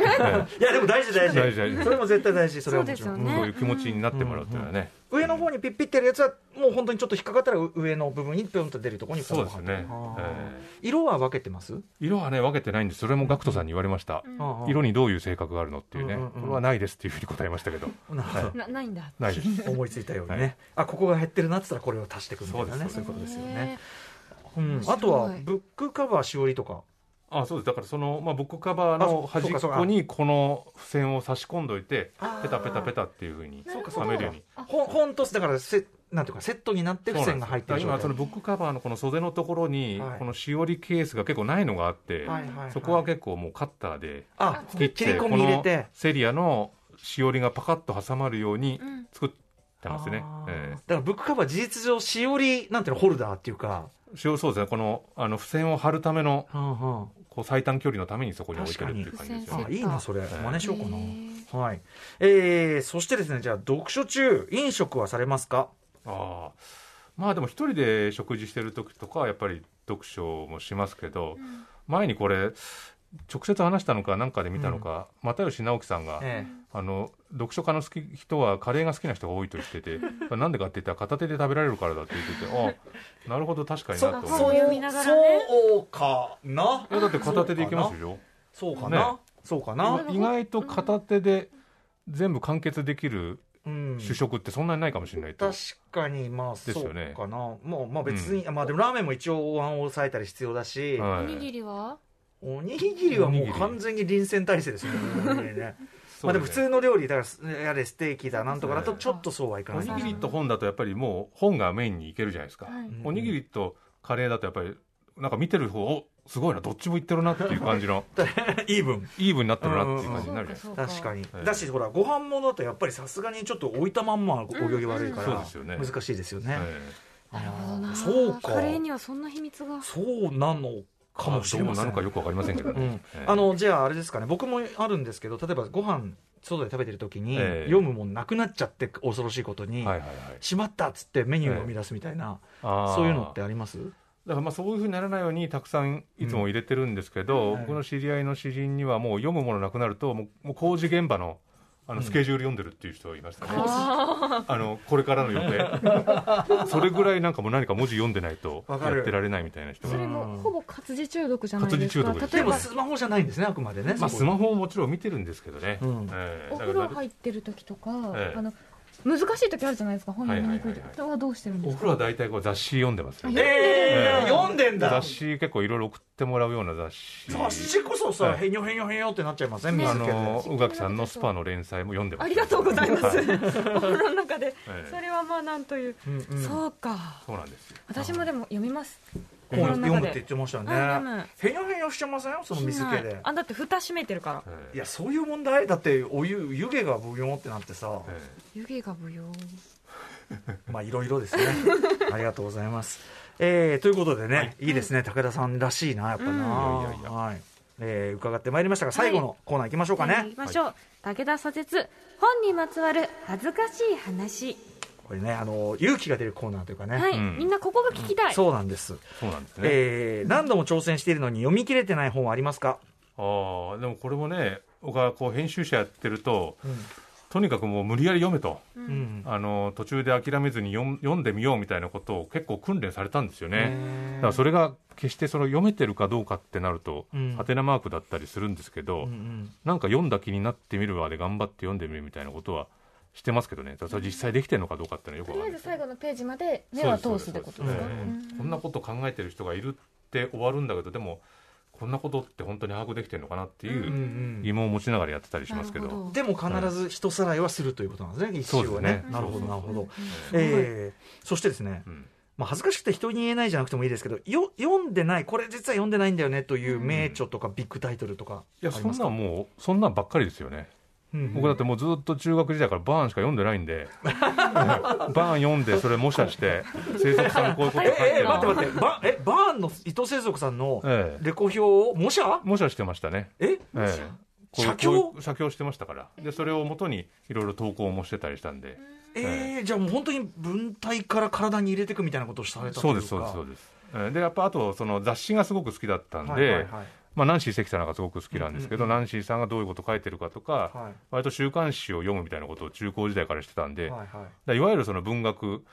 Speaker 2: いや、でも大事大事。
Speaker 4: 大事大事
Speaker 2: それも絶対大事、それはもち
Speaker 1: そ
Speaker 2: ろ。
Speaker 1: うんですよね
Speaker 4: そういう気持ちになってもらうっていうのはね、
Speaker 2: 上の方にピッピってるやつは、もう本当にちょっと引っかかったら上の部分にピョンと出るところに
Speaker 4: そうですね、
Speaker 2: あー
Speaker 4: え
Speaker 2: 色は分けてます
Speaker 4: ー色はね分けてないんですそれもガクトさんに言われました、色
Speaker 2: に。
Speaker 4: にどういう性格があるのっていうね、
Speaker 2: うんうんうん
Speaker 4: これはないですっていうふうに答えましたけど
Speaker 2: なるほど
Speaker 3: なないんだ
Speaker 4: ないです
Speaker 2: 思いついたようにね、
Speaker 4: はい
Speaker 2: あここが減ってるなって言ったらこれを足していくみたいなね
Speaker 4: そうですそういうこと
Speaker 2: ですよね、うん、あとはブックカバーしおりとか
Speaker 4: あそうですだからその、まあ、ブックカバーの
Speaker 2: あそう
Speaker 4: 端っ
Speaker 2: そうかそうか
Speaker 4: こにこの付箋を差し込んどいて
Speaker 2: あー
Speaker 4: ペタペタペタっていうふうに
Speaker 2: そうか
Speaker 4: はめるように
Speaker 2: 本本とだからセなんていうかセットになって付箋が入ってる
Speaker 4: そうなんですだから今そのブックカバーのこの袖のところに、
Speaker 2: はい
Speaker 4: このしおりケースが結構ないのがあって、
Speaker 2: はいはいはい
Speaker 4: そこは結構もうカッターで
Speaker 2: あ
Speaker 4: 切って
Speaker 2: 切り込み入れ
Speaker 4: こ
Speaker 2: て
Speaker 4: のセリアのしおりがパカッと挟まるように作ったんですね、
Speaker 2: あー
Speaker 4: え
Speaker 2: だからブックカバー事実上しおりなんていうのホルダーっていうか、
Speaker 4: えしおそうですねこのあの付箋を貼るためのこう最短距離のためにそこに置いてるっていう感じですよ
Speaker 3: 確
Speaker 4: ね
Speaker 3: か
Speaker 2: あ
Speaker 3: に
Speaker 2: いいなそれ
Speaker 4: ー
Speaker 2: 真似しようかな、はいえー、そしてですねじゃあ読書中飲食はされますか
Speaker 4: ああまあでも一人で食事してる時とかはやっぱり読書もしますけど、前にこれ直接話したのか何かで見たのか、又吉直樹さんが、
Speaker 2: え
Speaker 4: あの読書家の好き人はカレーが好きな人が多いと言っててなんでかって言ったら片手で食べられるからだって言っててあなるほど確かになと思
Speaker 1: そう
Speaker 4: い
Speaker 1: 読みながらね
Speaker 2: そうかない
Speaker 4: やだって片手でいけますよ
Speaker 2: そうか
Speaker 4: ね
Speaker 2: なそうかな、
Speaker 4: 意外と片手で全部完結できる
Speaker 2: うん、
Speaker 4: 主食ってそんなにないかもしれないと、
Speaker 2: 確かにまあそ
Speaker 4: すよ
Speaker 2: う
Speaker 4: ね
Speaker 2: かな、もうまあ別に、まあでもラーメンも一応お椀を抑えたり必要だし、
Speaker 4: は
Speaker 3: お
Speaker 4: い
Speaker 3: にぎりは
Speaker 2: おにぎりはもう完全に臨戦態勢ですよねねまあでも普通の料理だからやれステーキだなんとかだとちょっとそうはいかな
Speaker 4: お
Speaker 2: い
Speaker 4: にぎりと本だとやっぱりもう本がメインにいけるじゃないですか、
Speaker 2: うん
Speaker 4: おにぎりとカレーだとやっぱりなんか見てる方おすごいなどっちもいってるなっていう感
Speaker 2: *laughs*
Speaker 4: じの
Speaker 2: イーブン
Speaker 4: イーブンになってるなっていう感じ
Speaker 3: そ
Speaker 4: に
Speaker 3: う
Speaker 4: なる
Speaker 3: か
Speaker 4: じゃないですか
Speaker 3: そうか
Speaker 2: 確かに、
Speaker 4: ええ
Speaker 2: だしほらご飯物だとやっぱりさすがにちょっと置いたまんまお行儀悪いか
Speaker 4: うんうん
Speaker 2: ら
Speaker 4: うんそうですよね
Speaker 2: 難しいですよね、
Speaker 4: え
Speaker 3: なるほどな
Speaker 2: そうか
Speaker 1: カレーにはそんな秘密が
Speaker 2: そうなの
Speaker 4: え
Speaker 2: かもしれませ
Speaker 4: どうなのか
Speaker 2: ん
Speaker 4: よくわかりませんけど
Speaker 2: う
Speaker 4: ね、
Speaker 2: ん
Speaker 4: ええ
Speaker 2: あのじゃああれですかね僕もあるんですけど例えばご飯外で食べてる時に、
Speaker 4: ええ
Speaker 2: 読むもんなくなっちゃって恐ろしいことに、
Speaker 4: はいはいはい
Speaker 2: しまったっつってメニューを生み出すみたいな、
Speaker 4: あー
Speaker 2: そういうのってあります
Speaker 4: だからまあそういうふうにならないようにたくさんいつも入れてるんですけど、
Speaker 2: うん
Speaker 4: 僕の知り合いの詩人にはもう読むものなくなるともうもう工事現場のあのスケジュール読んでるっていう人がいましたね、あのこれからの予定
Speaker 3: *laughs*
Speaker 4: それぐらいなんかもう何か文字読んでないとや
Speaker 2: わかる
Speaker 4: ってられないみたいな人
Speaker 2: そ
Speaker 4: が
Speaker 2: れ
Speaker 1: でもほぼ活字中毒じゃないですか
Speaker 4: 活字中毒です
Speaker 2: で
Speaker 3: 例え
Speaker 2: も
Speaker 3: ば
Speaker 2: スマホじゃないんですねあくまでね、
Speaker 4: まあ、
Speaker 2: そ
Speaker 4: ス
Speaker 2: こ
Speaker 4: マホももちろん見てるんですけどね、
Speaker 2: うん
Speaker 4: ええ
Speaker 3: お風呂入ってる時とか
Speaker 4: ええ
Speaker 3: あの難しい時あるじゃないですか本読みにくい時
Speaker 4: はいはいはいはい
Speaker 3: それはどうしてるん
Speaker 4: お
Speaker 3: ですか
Speaker 4: 風呂は大体こう雑誌読んでますよね、
Speaker 2: えー、
Speaker 4: ええ
Speaker 2: 読んでんだ
Speaker 4: 雑誌結構いろいろ送ってもらうような雑誌
Speaker 2: 雑誌こそさ、
Speaker 4: はい
Speaker 2: へにょへにょへにょってなっちゃいません、ね、
Speaker 4: あ
Speaker 2: 水気で
Speaker 4: の宇垣さんのスパの連載も読んでます
Speaker 3: ありがとうございますお
Speaker 4: は
Speaker 3: 風呂の中で
Speaker 4: ええ
Speaker 3: それはまあなんという
Speaker 2: うんうん
Speaker 3: そうか
Speaker 4: そうなんですよ
Speaker 3: 私もでも読みます
Speaker 2: 本
Speaker 3: 心の
Speaker 2: 読
Speaker 3: 中
Speaker 2: むって言
Speaker 3: で
Speaker 2: ってましたよね
Speaker 3: はい読む
Speaker 2: へにょへにょしてませんその水気
Speaker 3: しな
Speaker 2: で
Speaker 3: いあだって蓋閉めてるから
Speaker 4: ええ
Speaker 2: いやそういう問題だってお湯湯気がブヨーンってなってさ、
Speaker 4: ええ
Speaker 3: 湯気がぶよ
Speaker 2: まあいろいろ
Speaker 4: *laughs*
Speaker 2: ですねありがとうございます、えーということでね、い、いですね武田さんらしいなやっぱな、
Speaker 4: いやいやいや
Speaker 2: はいえー伺ってまいりましたが最後のコーナー行きましょうかね、
Speaker 3: 行きましょう武田左折本にまつわる恥ずかしい話
Speaker 2: これねあの勇気が出るコーナーというかね、
Speaker 3: はい
Speaker 4: うん
Speaker 3: みんなここが聞きたい
Speaker 2: そうなんです、
Speaker 4: そうなんですね、
Speaker 2: えー何度も挑戦しているのに読み切れてない本はありますか、
Speaker 4: ああでもこれもね僕はこう編集者やってるととにかくもう無理やり読めと、
Speaker 2: うん
Speaker 4: あの途中で諦めずに読ん読んでみようみたいなことを結構訓練されたんですよねだからそれが決してその読めてるかどうかってなると、
Speaker 2: うん
Speaker 4: ハテナマークだったりするんですけど、
Speaker 2: うんうん
Speaker 4: なんか読んだ気になってみるまで頑張って読んでみるみたいなことはしてますけどねだからそれ実際できてるのかどうかっていうのはよく
Speaker 3: とりあ
Speaker 4: わか
Speaker 3: え
Speaker 4: んな
Speaker 3: ず
Speaker 4: い
Speaker 3: 最後のページまで目は通すってことですか
Speaker 4: そうですそうで
Speaker 3: う
Speaker 4: す
Speaker 3: ん
Speaker 4: こんなこと考えてる人がいるって終わるんだけどでもこんなことって本当に把握できてるのかなってい
Speaker 2: うんう
Speaker 4: うん疑問を持ちながらやってたりしますけど,、
Speaker 3: なるほど
Speaker 2: でも必ず人さらいはするということなんですね、一周はね
Speaker 4: そうですね
Speaker 2: なるほど、なるほど。
Speaker 4: うん
Speaker 2: えーそしてですね、
Speaker 4: うん
Speaker 2: まあ、恥ずかしくて人に言えないじゃなくてもいいですけど、よ読んでない、これ実は読んでないんだよねという名著とかビッグタイトルとか
Speaker 4: いや
Speaker 2: あり
Speaker 4: そ
Speaker 2: ま
Speaker 4: ん
Speaker 2: す
Speaker 4: な
Speaker 2: か、
Speaker 4: んもうそんなんばっかりですよね
Speaker 2: うん
Speaker 4: 僕だってもうずっと中学時代からバーンしか読んでないんでバーン読んでそれ模写して制作さんのこういうこと書い
Speaker 2: え
Speaker 4: て
Speaker 2: え
Speaker 4: る
Speaker 2: 待って待って、バえバーンの伊藤製作さんの
Speaker 4: ええ
Speaker 2: レコ表を模写
Speaker 4: 模写してましたね
Speaker 2: え
Speaker 4: ええこう
Speaker 2: 写経
Speaker 4: こういう写経してましたからでそれを元にいろいろ投稿もしてたりしたんで、
Speaker 2: ええじゃあもう本当に文体から体に入れていくみたいなことをされたとい
Speaker 4: そううで
Speaker 2: か
Speaker 4: すそうですそうですえーでやっぱあとその雑誌がすごく好きだったんで、
Speaker 2: はいはいはい
Speaker 4: まあ、ナンシー関さんなんかすごく好きなんですけど、ナンシーさんがどういうこと書いてるかとか、
Speaker 2: はい
Speaker 4: 割と週刊誌を読むみたいなことを中高時代からしてたんで、
Speaker 2: はいはい
Speaker 4: だいわゆるその文学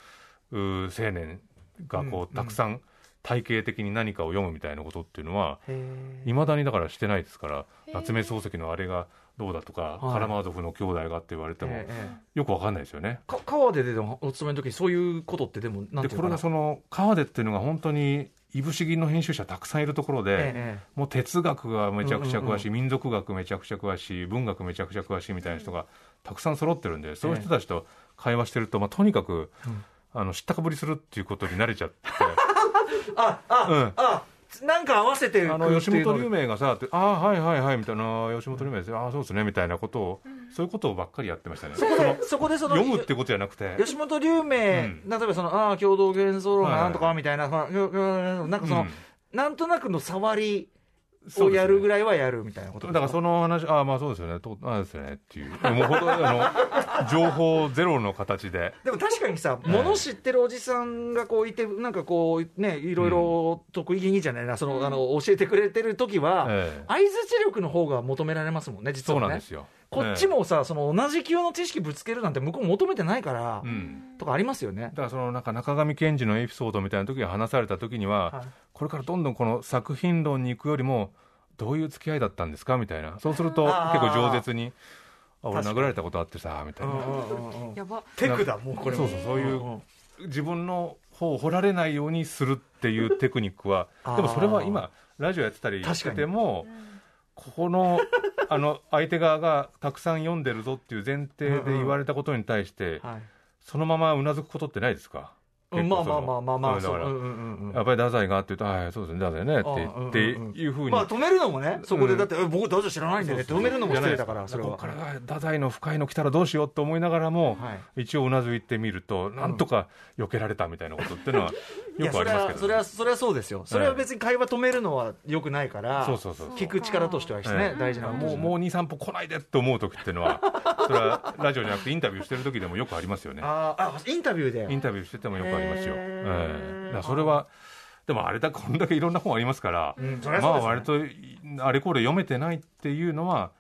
Speaker 4: うー青年がこ
Speaker 2: うん
Speaker 4: うたくさん体系的に何かを読むみたいなことっていうのは
Speaker 2: へえ
Speaker 4: いまだにだからしてないですから夏目漱石のあれがどうだとか、
Speaker 2: はい
Speaker 4: カラマーゾフの兄弟がって言われても
Speaker 2: ええ
Speaker 4: よくわかんないですよね。
Speaker 2: か川ででもお勤めの時にそういうことってでもなん
Speaker 4: で
Speaker 2: ていうのか
Speaker 4: これ
Speaker 2: な
Speaker 4: がその川出っていうのが本当にいぶし銀の編集者たくさんいるところで、
Speaker 2: え
Speaker 4: もう哲学がめちゃくちゃ詳しい、
Speaker 2: う
Speaker 4: 民族学めちゃくちゃ詳しい文学めちゃくちゃ詳しいみたいな人がたくさん揃ってるんで、そういう人たちと会話してると、まあ、とにかく、
Speaker 2: うん
Speaker 4: あの知ったかぶりするっていうことに慣れちゃって
Speaker 2: *laughs* えああ、
Speaker 4: うん
Speaker 2: あなんか合わせて
Speaker 4: あの吉本龍明がさって「ああはいはいはい」みたいな「吉本龍明ですよああそうですね」みたいなことを、そういうことをばっかりやってましたね。その
Speaker 2: そこでその
Speaker 4: 読むってことじゃなくて
Speaker 2: 吉本龍明、
Speaker 4: ん
Speaker 2: 例えばそのああ共同幻想論がなんとかみたいな、そのなんかその、
Speaker 4: うん
Speaker 2: なんとなくの触り
Speaker 4: そ
Speaker 2: を
Speaker 4: うですね
Speaker 2: やるぐらいはやるみたいなこと
Speaker 4: だからその話、ああ、まあそうですよね、とああですよねっていう、もうほとんどあ
Speaker 2: *laughs*
Speaker 4: の情報ゼロの形で、
Speaker 2: でも確かにさ、
Speaker 4: ええ
Speaker 2: 物知ってるおじさんがこういて、なんかこうね、いろいろ得意にじゃないな、その、あの、教えてくれてる時は、
Speaker 4: ええ
Speaker 2: 相づち力の方が求められますもんね、実
Speaker 4: そう
Speaker 2: はね。
Speaker 4: なんですよ。
Speaker 2: こっちもさ、その同じ級の知識ぶつけるなんて向こう求めてないから、
Speaker 4: ええ、うん、
Speaker 2: とかありますよね
Speaker 4: だ。からそのなんか中上賢治のエピソードみたいな時に話された時には、
Speaker 2: はい
Speaker 4: これからどんどんこの作品論に行くよりも、どういう付き合いだったんですかみたいな、そうすると
Speaker 2: あー
Speaker 4: 結構饒舌に、あ俺
Speaker 2: 確かに
Speaker 4: 殴られたことあってさ、みた
Speaker 2: う
Speaker 4: い
Speaker 2: ん
Speaker 4: な、
Speaker 2: うんうんうん
Speaker 3: やば
Speaker 2: テクだ、もうこれ
Speaker 4: そ
Speaker 2: も
Speaker 4: うそう、そうい
Speaker 2: ん
Speaker 4: う自分の方を掘られないようにするっていうテクニックは
Speaker 2: あー
Speaker 4: でもそれは今ラジオやってたり
Speaker 2: 確
Speaker 4: し
Speaker 2: か
Speaker 4: て
Speaker 2: に
Speaker 4: てもここのあの相手側がたくさん読んでるぞっていう前提で言われたことに対して
Speaker 2: はい
Speaker 4: そのままうなずくことってないですか
Speaker 2: うん
Speaker 4: 結
Speaker 2: まあ
Speaker 4: 構
Speaker 2: まあまあまあまあ、
Speaker 4: そ
Speaker 2: そ
Speaker 4: の
Speaker 2: う
Speaker 4: う
Speaker 2: うんうんうんう
Speaker 4: んだから
Speaker 2: ん
Speaker 4: やっぱり太宰がって言うと「はいそうですね太宰ね」って
Speaker 2: あーうんうん
Speaker 4: 言
Speaker 2: う
Speaker 4: っ
Speaker 2: ん
Speaker 4: ていうふうに
Speaker 2: まあ止めるのもね、そこでだって、え僕、大丈夫知らないんでねって
Speaker 4: そう
Speaker 2: 止
Speaker 4: そう
Speaker 2: めるのも失礼だから、
Speaker 4: じ
Speaker 2: そ
Speaker 4: ゃ
Speaker 2: れ
Speaker 4: ない
Speaker 2: は。
Speaker 4: ですかここから太宰の深いの来たらどうしようと思いながらも
Speaker 2: はい
Speaker 4: 一応うなずいてみるとなんとか避けられたみたいなことっていうのはよくあ
Speaker 2: いやそ
Speaker 4: りますけどね
Speaker 2: れはそれはそれはそうですよそれは別に会話止めるのはよくないから、
Speaker 4: そうそうそう
Speaker 2: 聞く力としてはです
Speaker 4: え
Speaker 2: ね、
Speaker 4: え
Speaker 2: 大事なことで
Speaker 4: も
Speaker 2: す
Speaker 4: う
Speaker 2: ね
Speaker 4: もう23歩来ないでって思う時っていうのは *laughs* それはラジオじゃなくてインタビューしてる時でもよくありますよね
Speaker 2: あーあインタビューで
Speaker 4: インタビューしててもよくありますよ、
Speaker 2: へー
Speaker 4: ええだからそれはでもあれだこんだけいろんな本ありますから、
Speaker 2: うんそりゃ
Speaker 4: ま
Speaker 2: そう
Speaker 4: あ
Speaker 2: ですね
Speaker 4: 割とあれこれ読めてないっていうのは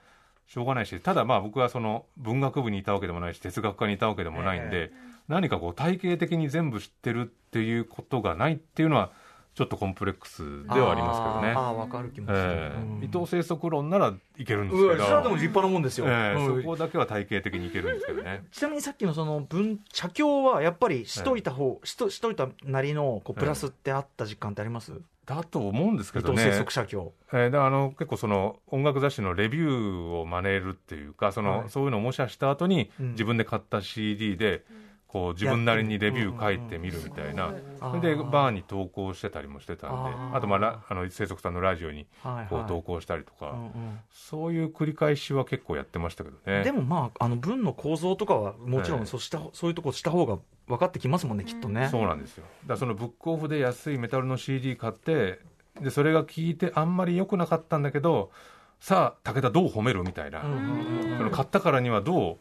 Speaker 4: しょうがないしただまあ僕はその文学部にいたわけでもないし哲学科にいたわけでもないんで、何かこう体系的に全部知ってるっていうことがないっていうのはちょっとコンプレックスではありますけどね
Speaker 2: あーあーわかる気もする、
Speaker 4: ええ
Speaker 2: うん
Speaker 4: 伊藤生息論ならいけるんです
Speaker 2: うわ
Speaker 4: け
Speaker 2: それはでも
Speaker 4: ど、
Speaker 2: 立派なもんですよ、
Speaker 4: ええ
Speaker 2: うん
Speaker 4: そこだけは体系的にいけるんですけ
Speaker 2: *laughs*
Speaker 4: どね
Speaker 2: ちなみにさっきのその文写経はやっぱりしといた方、しとしといたなりのこうプラスってあった実感ってあります、
Speaker 4: だと思うんですけ
Speaker 2: 伊
Speaker 4: ど
Speaker 2: 藤
Speaker 4: ね、
Speaker 2: 生
Speaker 4: え
Speaker 2: 息写経
Speaker 4: えだからあの結構その音楽雑誌のレビューを真似るっていうかその、
Speaker 2: はい
Speaker 4: そういうのを模写した後に、
Speaker 2: うん
Speaker 4: 自分で買った CD でこう自分なりにレビュー書いてみるみたいな、それでバーに投稿してたりもしてたんで
Speaker 2: あ
Speaker 4: あ
Speaker 2: ー
Speaker 4: と、まあラ、あの生息さんのラジオに
Speaker 2: はいはい
Speaker 4: こう投稿したりとか、
Speaker 2: うんうん
Speaker 4: そういう繰り返しは結構やってましたけどね。
Speaker 2: でもまあ、あの文の構造とかは、もちろ
Speaker 4: え
Speaker 2: ん
Speaker 4: え
Speaker 2: そうした、そういうとこした方が分かってきますもんね、きっとね。
Speaker 4: そうなんですよだからそのブックオフで安いメタルの CD 買ってでそれが聞いてあんまり良くなかったんだけどさあ武田どう褒めるみたいな、
Speaker 2: うんうんうん
Speaker 4: その買ったからにはどう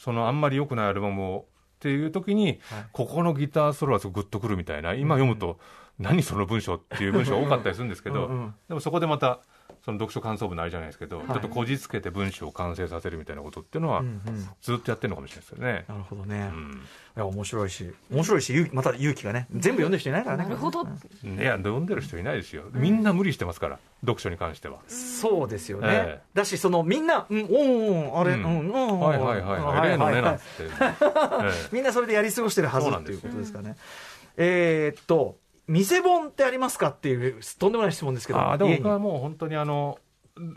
Speaker 4: そのあんまり良くないアルバムをっていう時に、
Speaker 2: はい
Speaker 4: ここのギターソロはすごくグッとくるみたいな今読むと、何その文章っていう文章が多かったりするんですけど
Speaker 2: うんうん
Speaker 4: でもそこでまたその読書感想文のあれじゃないですけど、
Speaker 2: い
Speaker 4: ちょっとこじつけて文章を完成させるみたいなことっていうのは、
Speaker 2: うんうん
Speaker 4: ずっとやってるのかもしれないですよね。
Speaker 2: なるほどね。
Speaker 4: うん
Speaker 2: いや、面白いし、面白いし、勇気また勇気がね、全部読んでる人いないからね。
Speaker 3: なるほど
Speaker 2: これね
Speaker 4: いや読んでる人いないですよ、みんな無理してますから、読書に関しては。
Speaker 2: そうですよね。
Speaker 4: ええ
Speaker 2: だし、その、みんな、うん、おん、おんあれ、う、
Speaker 4: うんん
Speaker 2: うん、うん
Speaker 4: はいはいはい、はい、例のねなんつ
Speaker 2: *laughs*
Speaker 4: って、え
Speaker 2: みんなそれでやり過ごしてるはず
Speaker 4: そうなん
Speaker 2: って
Speaker 4: で
Speaker 2: いう
Speaker 4: す
Speaker 2: ことですかね。えーっと、店本ってありますかっていう、とんでもない質問ですけ
Speaker 4: え
Speaker 2: ど、
Speaker 4: あーでも
Speaker 2: 家に
Speaker 4: 僕はもう本当にあの、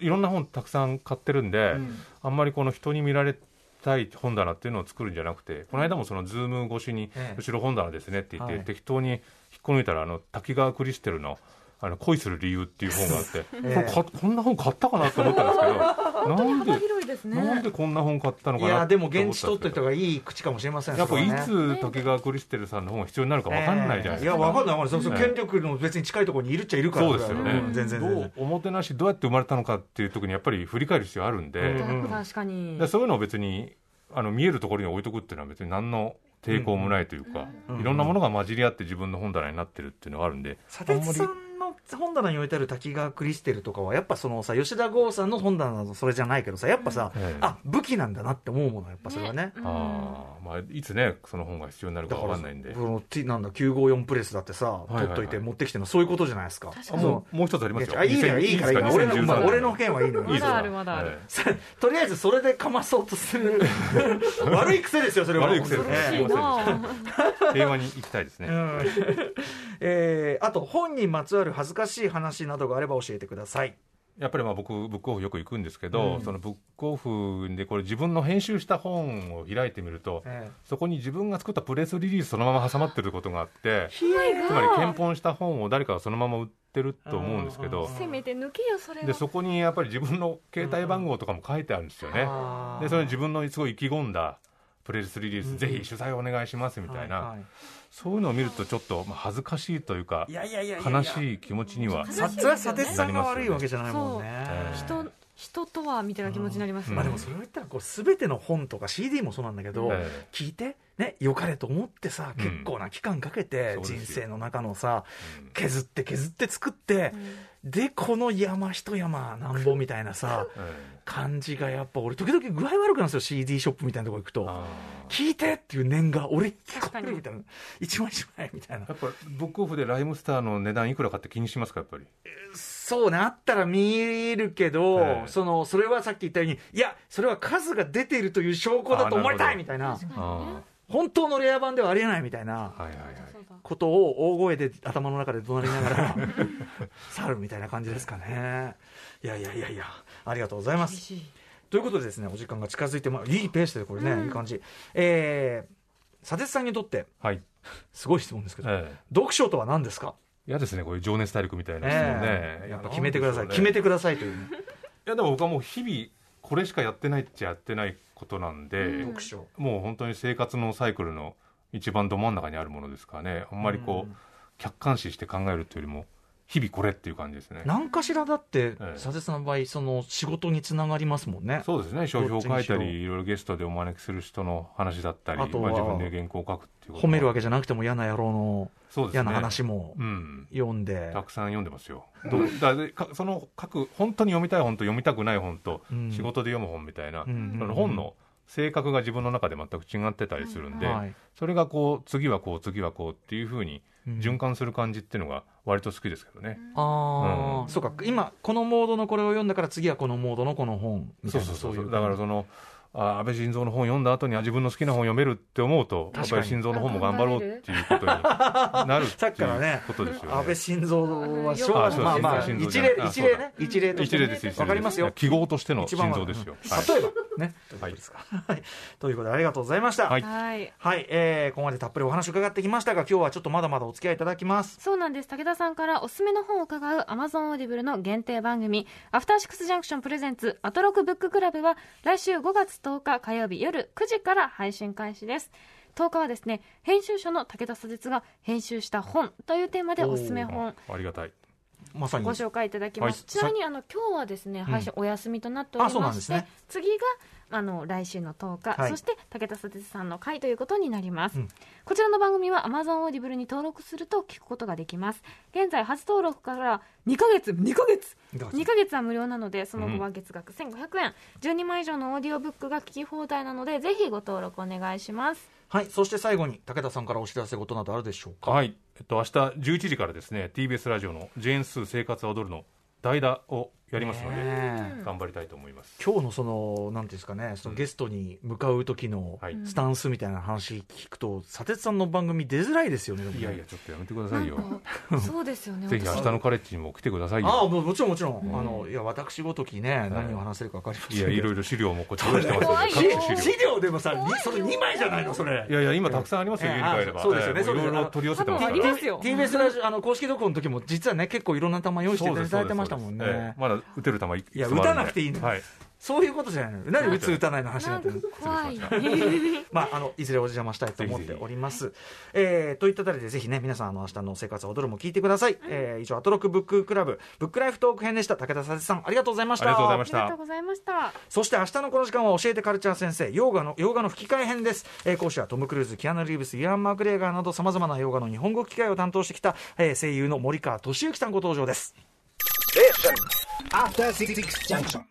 Speaker 4: いろんな本たくさん買ってるんで、あんまりこの人に見られたい本棚っていうのを作るんじゃなくて、この間もそのズーム越しに
Speaker 2: ええ、
Speaker 4: 後ろ本棚ですねって言って、
Speaker 2: はい
Speaker 4: 適当に引っこ抜いたら、あの滝川クリステルのあの恋する理由っていう本があって、
Speaker 2: *laughs* ええ
Speaker 4: これかこんな本買ったかなと思ったんで
Speaker 2: *laughs*
Speaker 4: すけど、なんで
Speaker 1: 幅広いです
Speaker 4: なん
Speaker 1: ね
Speaker 4: でこんな本買ったの
Speaker 2: い
Speaker 4: かな
Speaker 2: やでも現地
Speaker 4: と
Speaker 2: 取
Speaker 4: 思
Speaker 2: ったて
Speaker 4: っんです
Speaker 2: た方がいい口かもしれません
Speaker 4: け
Speaker 2: ね
Speaker 4: どやっぱい
Speaker 2: それはね
Speaker 4: つ滝川クリステルさんの本が必要になるか分かんないじ
Speaker 2: ええ
Speaker 4: ゃないです
Speaker 2: や
Speaker 4: か。
Speaker 2: 分かんない分かんないその
Speaker 4: ええ
Speaker 2: 権力の別に近いところにいるっちゃいるから
Speaker 4: そうですよね、
Speaker 2: うん全然全
Speaker 4: どう
Speaker 2: 然
Speaker 4: おもてなしどうやって生まれたのかっていう時にやっぱり振り返る必要あるんで、
Speaker 2: うん
Speaker 1: 確かに
Speaker 4: でそういうのを別にあの見えるところに置いとくっていうのは別に何の抵抗もないというか、
Speaker 2: うん
Speaker 4: いろんなものが混じり合って自分の本棚になってるっていうのがあるんで、
Speaker 2: 佐哲さんの本棚に置いてある滝川クリステルとかはやっぱそのさ吉田剛さんの本棚のそれじゃないけどさやっぱさ、
Speaker 4: ええ
Speaker 2: あ武器なんだなって思うものやっぱそれはね
Speaker 4: あーまあ、いつねその本が必要になるか
Speaker 2: だか
Speaker 4: 分からんないんで
Speaker 2: この T なんだ954プレスだってさ、
Speaker 4: いはいは
Speaker 2: 取
Speaker 4: い
Speaker 2: っといて持ってきてるのそういうことじゃないですか
Speaker 4: あもうもう一つあり
Speaker 2: い
Speaker 4: ま
Speaker 2: や
Speaker 4: す
Speaker 2: 違
Speaker 4: よ
Speaker 2: ういいからいいからいいから俺の,、まあ、俺の
Speaker 4: い
Speaker 2: 件はいいのよ
Speaker 4: いですか
Speaker 3: まだあるまだある
Speaker 4: ええ
Speaker 2: それ *laughs* とりあえずそれでかまそうとす
Speaker 4: *laughs*
Speaker 2: る悪い癖ですよそれは
Speaker 4: 悪い癖ですね
Speaker 2: ええ
Speaker 4: すい
Speaker 3: *laughs*
Speaker 4: ません平和に行きたいですね、
Speaker 2: うんえーあと本にまつわる恥ずかしい話などがあれば教えてください。
Speaker 4: やっぱりまあ僕ブックオフよく行くんですけど、
Speaker 2: うん
Speaker 4: そのブックオフでこれ自分の編集した本を開いてみると、
Speaker 2: え
Speaker 4: そこに自分が作ったプレスリリースそのまま挟まってることがあっ
Speaker 2: え
Speaker 4: てつまり検本した本を誰かがそのまま売ってると思うんですけど
Speaker 2: うん
Speaker 3: せめて抜けよそれは
Speaker 4: でそこにやっぱり自分の携帯番号とかも書いてあるんですよね。
Speaker 2: あー
Speaker 4: でそれに自分のすごい意気込んだプレスリリース、
Speaker 2: うん
Speaker 4: ぜひ取材お願いしますみたいな、
Speaker 2: はは
Speaker 4: そういうのを見るとちょっとまあ恥ずかしいというか
Speaker 2: いやいやいやいや
Speaker 4: 悲しい気持ちには
Speaker 2: さそれは佐哲さんが悪いわけじゃないもんね。
Speaker 4: そう
Speaker 3: 人人とはみたいな気持ちになります
Speaker 4: うん
Speaker 2: まあでもそれを言ったらこう全ての本とか CD もそうなんだけど、
Speaker 4: え
Speaker 2: 聞いて、ね、良かれと思ってさ
Speaker 4: うん
Speaker 2: 結構な期間かけて
Speaker 4: そうです
Speaker 2: 人
Speaker 4: よ
Speaker 2: 生の中のさ
Speaker 4: えうん
Speaker 2: 削って削って作って、でこの山一山なんぼみたいな
Speaker 3: *laughs*
Speaker 2: さ
Speaker 4: ええ
Speaker 2: 感じがやっぱ俺時々具合悪くなるんですよ CD ショップみたいなとこ行くと
Speaker 4: あ
Speaker 2: 聞いてっていう念が俺に聞
Speaker 3: 確
Speaker 2: こ
Speaker 3: か
Speaker 2: え
Speaker 3: に
Speaker 2: るみたいな一枚一枚みたいな
Speaker 4: ーやっぱブックオフでライムスターの値段いくらかって気にしますかやっぱり
Speaker 2: そうねあったら見るけど、
Speaker 4: ええ
Speaker 2: そのそれはさっき言ったようにいやそれは数が出ているという証拠だと思いたいみたいな
Speaker 4: あ
Speaker 2: 本当のレア版ではありえないみたいな
Speaker 4: あはいはいはい
Speaker 2: ことを大声で頭の中で怒鳴りながら
Speaker 4: *laughs*
Speaker 2: 去るみたいな感じですかね。いやいやいやいや、ありがとうございます。ということでですね、お時間が近づいて、まあ、いいペースでこれね、いい感じ。えー、佐哲さんにとって、
Speaker 4: はい、
Speaker 2: すごい質問ですけど、
Speaker 4: ええ
Speaker 2: 読書とは何ですか、
Speaker 4: いやですねこういう情熱大陸みたいな質問ね、
Speaker 2: えーやっぱ決めてください、
Speaker 4: なんで
Speaker 2: 決
Speaker 4: しょうね
Speaker 2: めてくださいという、
Speaker 4: いやでも僕はもう日々これしかやってないっちゃやってないことなんで、
Speaker 2: 読書。
Speaker 4: もう本当に生活のサイクルの一番ど真ん中にあるものですからねあんまりこう、
Speaker 2: うん
Speaker 4: 客観視して考えるというよりも日々これっていう感じですね
Speaker 2: 何かしらだって、
Speaker 4: え
Speaker 2: 佐哲さんの場合、その仕事につながりますもんね。
Speaker 4: そうですね商標を書いた
Speaker 2: どっちにしろ
Speaker 4: りいろいろゲストでお招きする人の話だったり
Speaker 2: あとは
Speaker 4: まあ、自分で原稿を書くっていうこと
Speaker 2: 褒めるわけじゃなくても嫌な野郎の
Speaker 4: そうですね
Speaker 2: 嫌な話も
Speaker 4: うん
Speaker 2: 読んで。
Speaker 4: たくさん読んでますよどうだでかその書く本当に読みたい本と読みたくない本と
Speaker 2: うん
Speaker 4: 仕事で読む本みたいな、
Speaker 2: うんうんうん
Speaker 4: その本の性格が自分の中で全く違ってたりするんで、
Speaker 2: はい
Speaker 4: それがこう次はこう次はこうっていうふうに
Speaker 2: うん
Speaker 4: 循環する感じっていうのが割と好きですけどね、
Speaker 2: ああ、
Speaker 4: うん
Speaker 2: そうか今このモードのこれを読んだから次はこのモードのこの本みた
Speaker 4: そ
Speaker 2: いうな
Speaker 4: そうそう
Speaker 2: い
Speaker 4: だからそのあ安倍晋三の本読んだ後にあ自分の好きな本読めるって思うと
Speaker 2: 確
Speaker 4: 安
Speaker 2: かに
Speaker 4: 倍晋三の本も頑張ろうっていうことになるって
Speaker 2: さっきから
Speaker 4: い
Speaker 2: ね
Speaker 4: うことですよ
Speaker 2: 安倍
Speaker 4: ね。
Speaker 2: 晋三は昭
Speaker 4: あ
Speaker 2: 和
Speaker 4: そう
Speaker 2: まあま
Speaker 4: 安
Speaker 2: あ
Speaker 4: 倍晋
Speaker 2: 一
Speaker 4: 三じゃ
Speaker 2: 例
Speaker 4: ないあ
Speaker 2: 一例ね一例とし
Speaker 4: 一
Speaker 2: て
Speaker 4: 例です一例です
Speaker 2: わかりますよ
Speaker 4: 記号としての
Speaker 2: 一
Speaker 4: 晋
Speaker 2: 番は
Speaker 4: 三ですよ、はい
Speaker 2: 例えばね
Speaker 4: はい
Speaker 2: はいということでありがとうございました
Speaker 4: はい
Speaker 3: はい
Speaker 2: はいえーここまでたっぷりお話伺ってきましたが今日はちょっとまだまだお付き合いいただきます
Speaker 3: そうなんです武田さんからおすすめの本を伺う Amazon オーディブルの限定番組「アフターシックスジャンクションプレゼンツアトロクブッククラブ」は来週5月10日火曜日夜9時から配信開始です10日はですね編集者の武田佐哲が編集した本というテーマでおすすめ本
Speaker 4: ありがたい
Speaker 2: まさに
Speaker 3: ご紹介いただきます、
Speaker 2: はい
Speaker 3: ちなみにあの今日はですね配信お休みとなってお
Speaker 2: あ
Speaker 3: り
Speaker 2: そうな
Speaker 3: ま
Speaker 2: んです
Speaker 3: して、
Speaker 2: ね
Speaker 3: 次があの来週の10日、
Speaker 2: はい
Speaker 3: そして武田佐哲さんの回ということになります、
Speaker 2: うん
Speaker 3: こちらの番組は Amazon オーディブルに登録すると聞くことができます現在初登録から2ヶ月2ヶ月
Speaker 2: どうぞ
Speaker 3: 2ヶ月は無料なのでその
Speaker 4: う
Speaker 3: 後
Speaker 4: ん
Speaker 3: は月額1500円、12枚以上のオーディオブックが聞き放題なのでぜひご登録お願いします
Speaker 2: *laughs* はいそして最後に武田さんからお知らせ事などあるでしょうか
Speaker 4: はい、えっと明日11時からですね TBS ラジオの「ジェーンスー生活は踊る」の代打をやりますので、
Speaker 2: ねえ
Speaker 4: 頑張りたいと思います。
Speaker 2: 今日のその、なんていうんですかね、そのゲストに向かう時の
Speaker 4: はい
Speaker 2: スタンスみたいな話聞くと、砂鉄さんの番組出づらいですよね、でもね
Speaker 4: いやいや、ちょっとやめてくだ
Speaker 3: な
Speaker 4: さい
Speaker 3: ん
Speaker 4: よ。
Speaker 3: かそうですよね。
Speaker 4: ぜひ明
Speaker 3: 私
Speaker 4: 日のカレッジにも来てください
Speaker 2: ああ
Speaker 4: よ。
Speaker 2: もうもちろんもちろん、
Speaker 4: うん
Speaker 2: あのいや私ごときね、何を話せるか分かりません
Speaker 4: いや、いろい
Speaker 2: ろ
Speaker 4: ろ資料もこっち用意してます
Speaker 3: 怖い
Speaker 4: ので、
Speaker 3: よ
Speaker 4: 各種資料。
Speaker 2: 資料でもさにそれ2枚じゃないのそれ
Speaker 4: いやいや、今たくさんありますよ、
Speaker 2: ええ
Speaker 4: 家に帰れ
Speaker 2: あ
Speaker 4: ば。
Speaker 2: そうですよね
Speaker 4: ええ
Speaker 2: そうです
Speaker 4: いろいろ取り寄せてますか
Speaker 3: 多分いい
Speaker 4: ら
Speaker 3: で。すよ
Speaker 2: TBS ラジオあの公式録音の時も実はね結構いろんな玉用意していただいてましたもんね
Speaker 4: そうですそうですええまだ打てる球い
Speaker 2: いや打たなくていいの
Speaker 4: はい。
Speaker 2: そういうことじゃないの何打つ打たないの話にな
Speaker 3: な
Speaker 2: っ
Speaker 3: ん
Speaker 2: て
Speaker 3: か
Speaker 2: る
Speaker 3: 怖い。 *laughs*
Speaker 2: まあ、あのいずれお邪魔したいと思っております。えーといったあたりで、ぜひね、皆さん、あの明日の生活は踊るも聞いてください。えー以上、アトロックブッククラブ、ブックライフトーク編でした。武田さてさん、ありがとうございました。
Speaker 4: ありがとうござい
Speaker 3: あ
Speaker 4: ま
Speaker 3: り
Speaker 4: し
Speaker 3: がと
Speaker 4: た
Speaker 3: う。ございました。
Speaker 2: そして明日のこの時間は教えてカルチャー先生、洋画の、洋画の吹き替え編です。えー講師はトム・クルーズ、キアヌ・リーブス、イアン・マクレーガーなど様々な洋画の日本語吹き替えを担当してきた、えー声優の森川俊之さんご登場です。
Speaker 5: After Six Junction.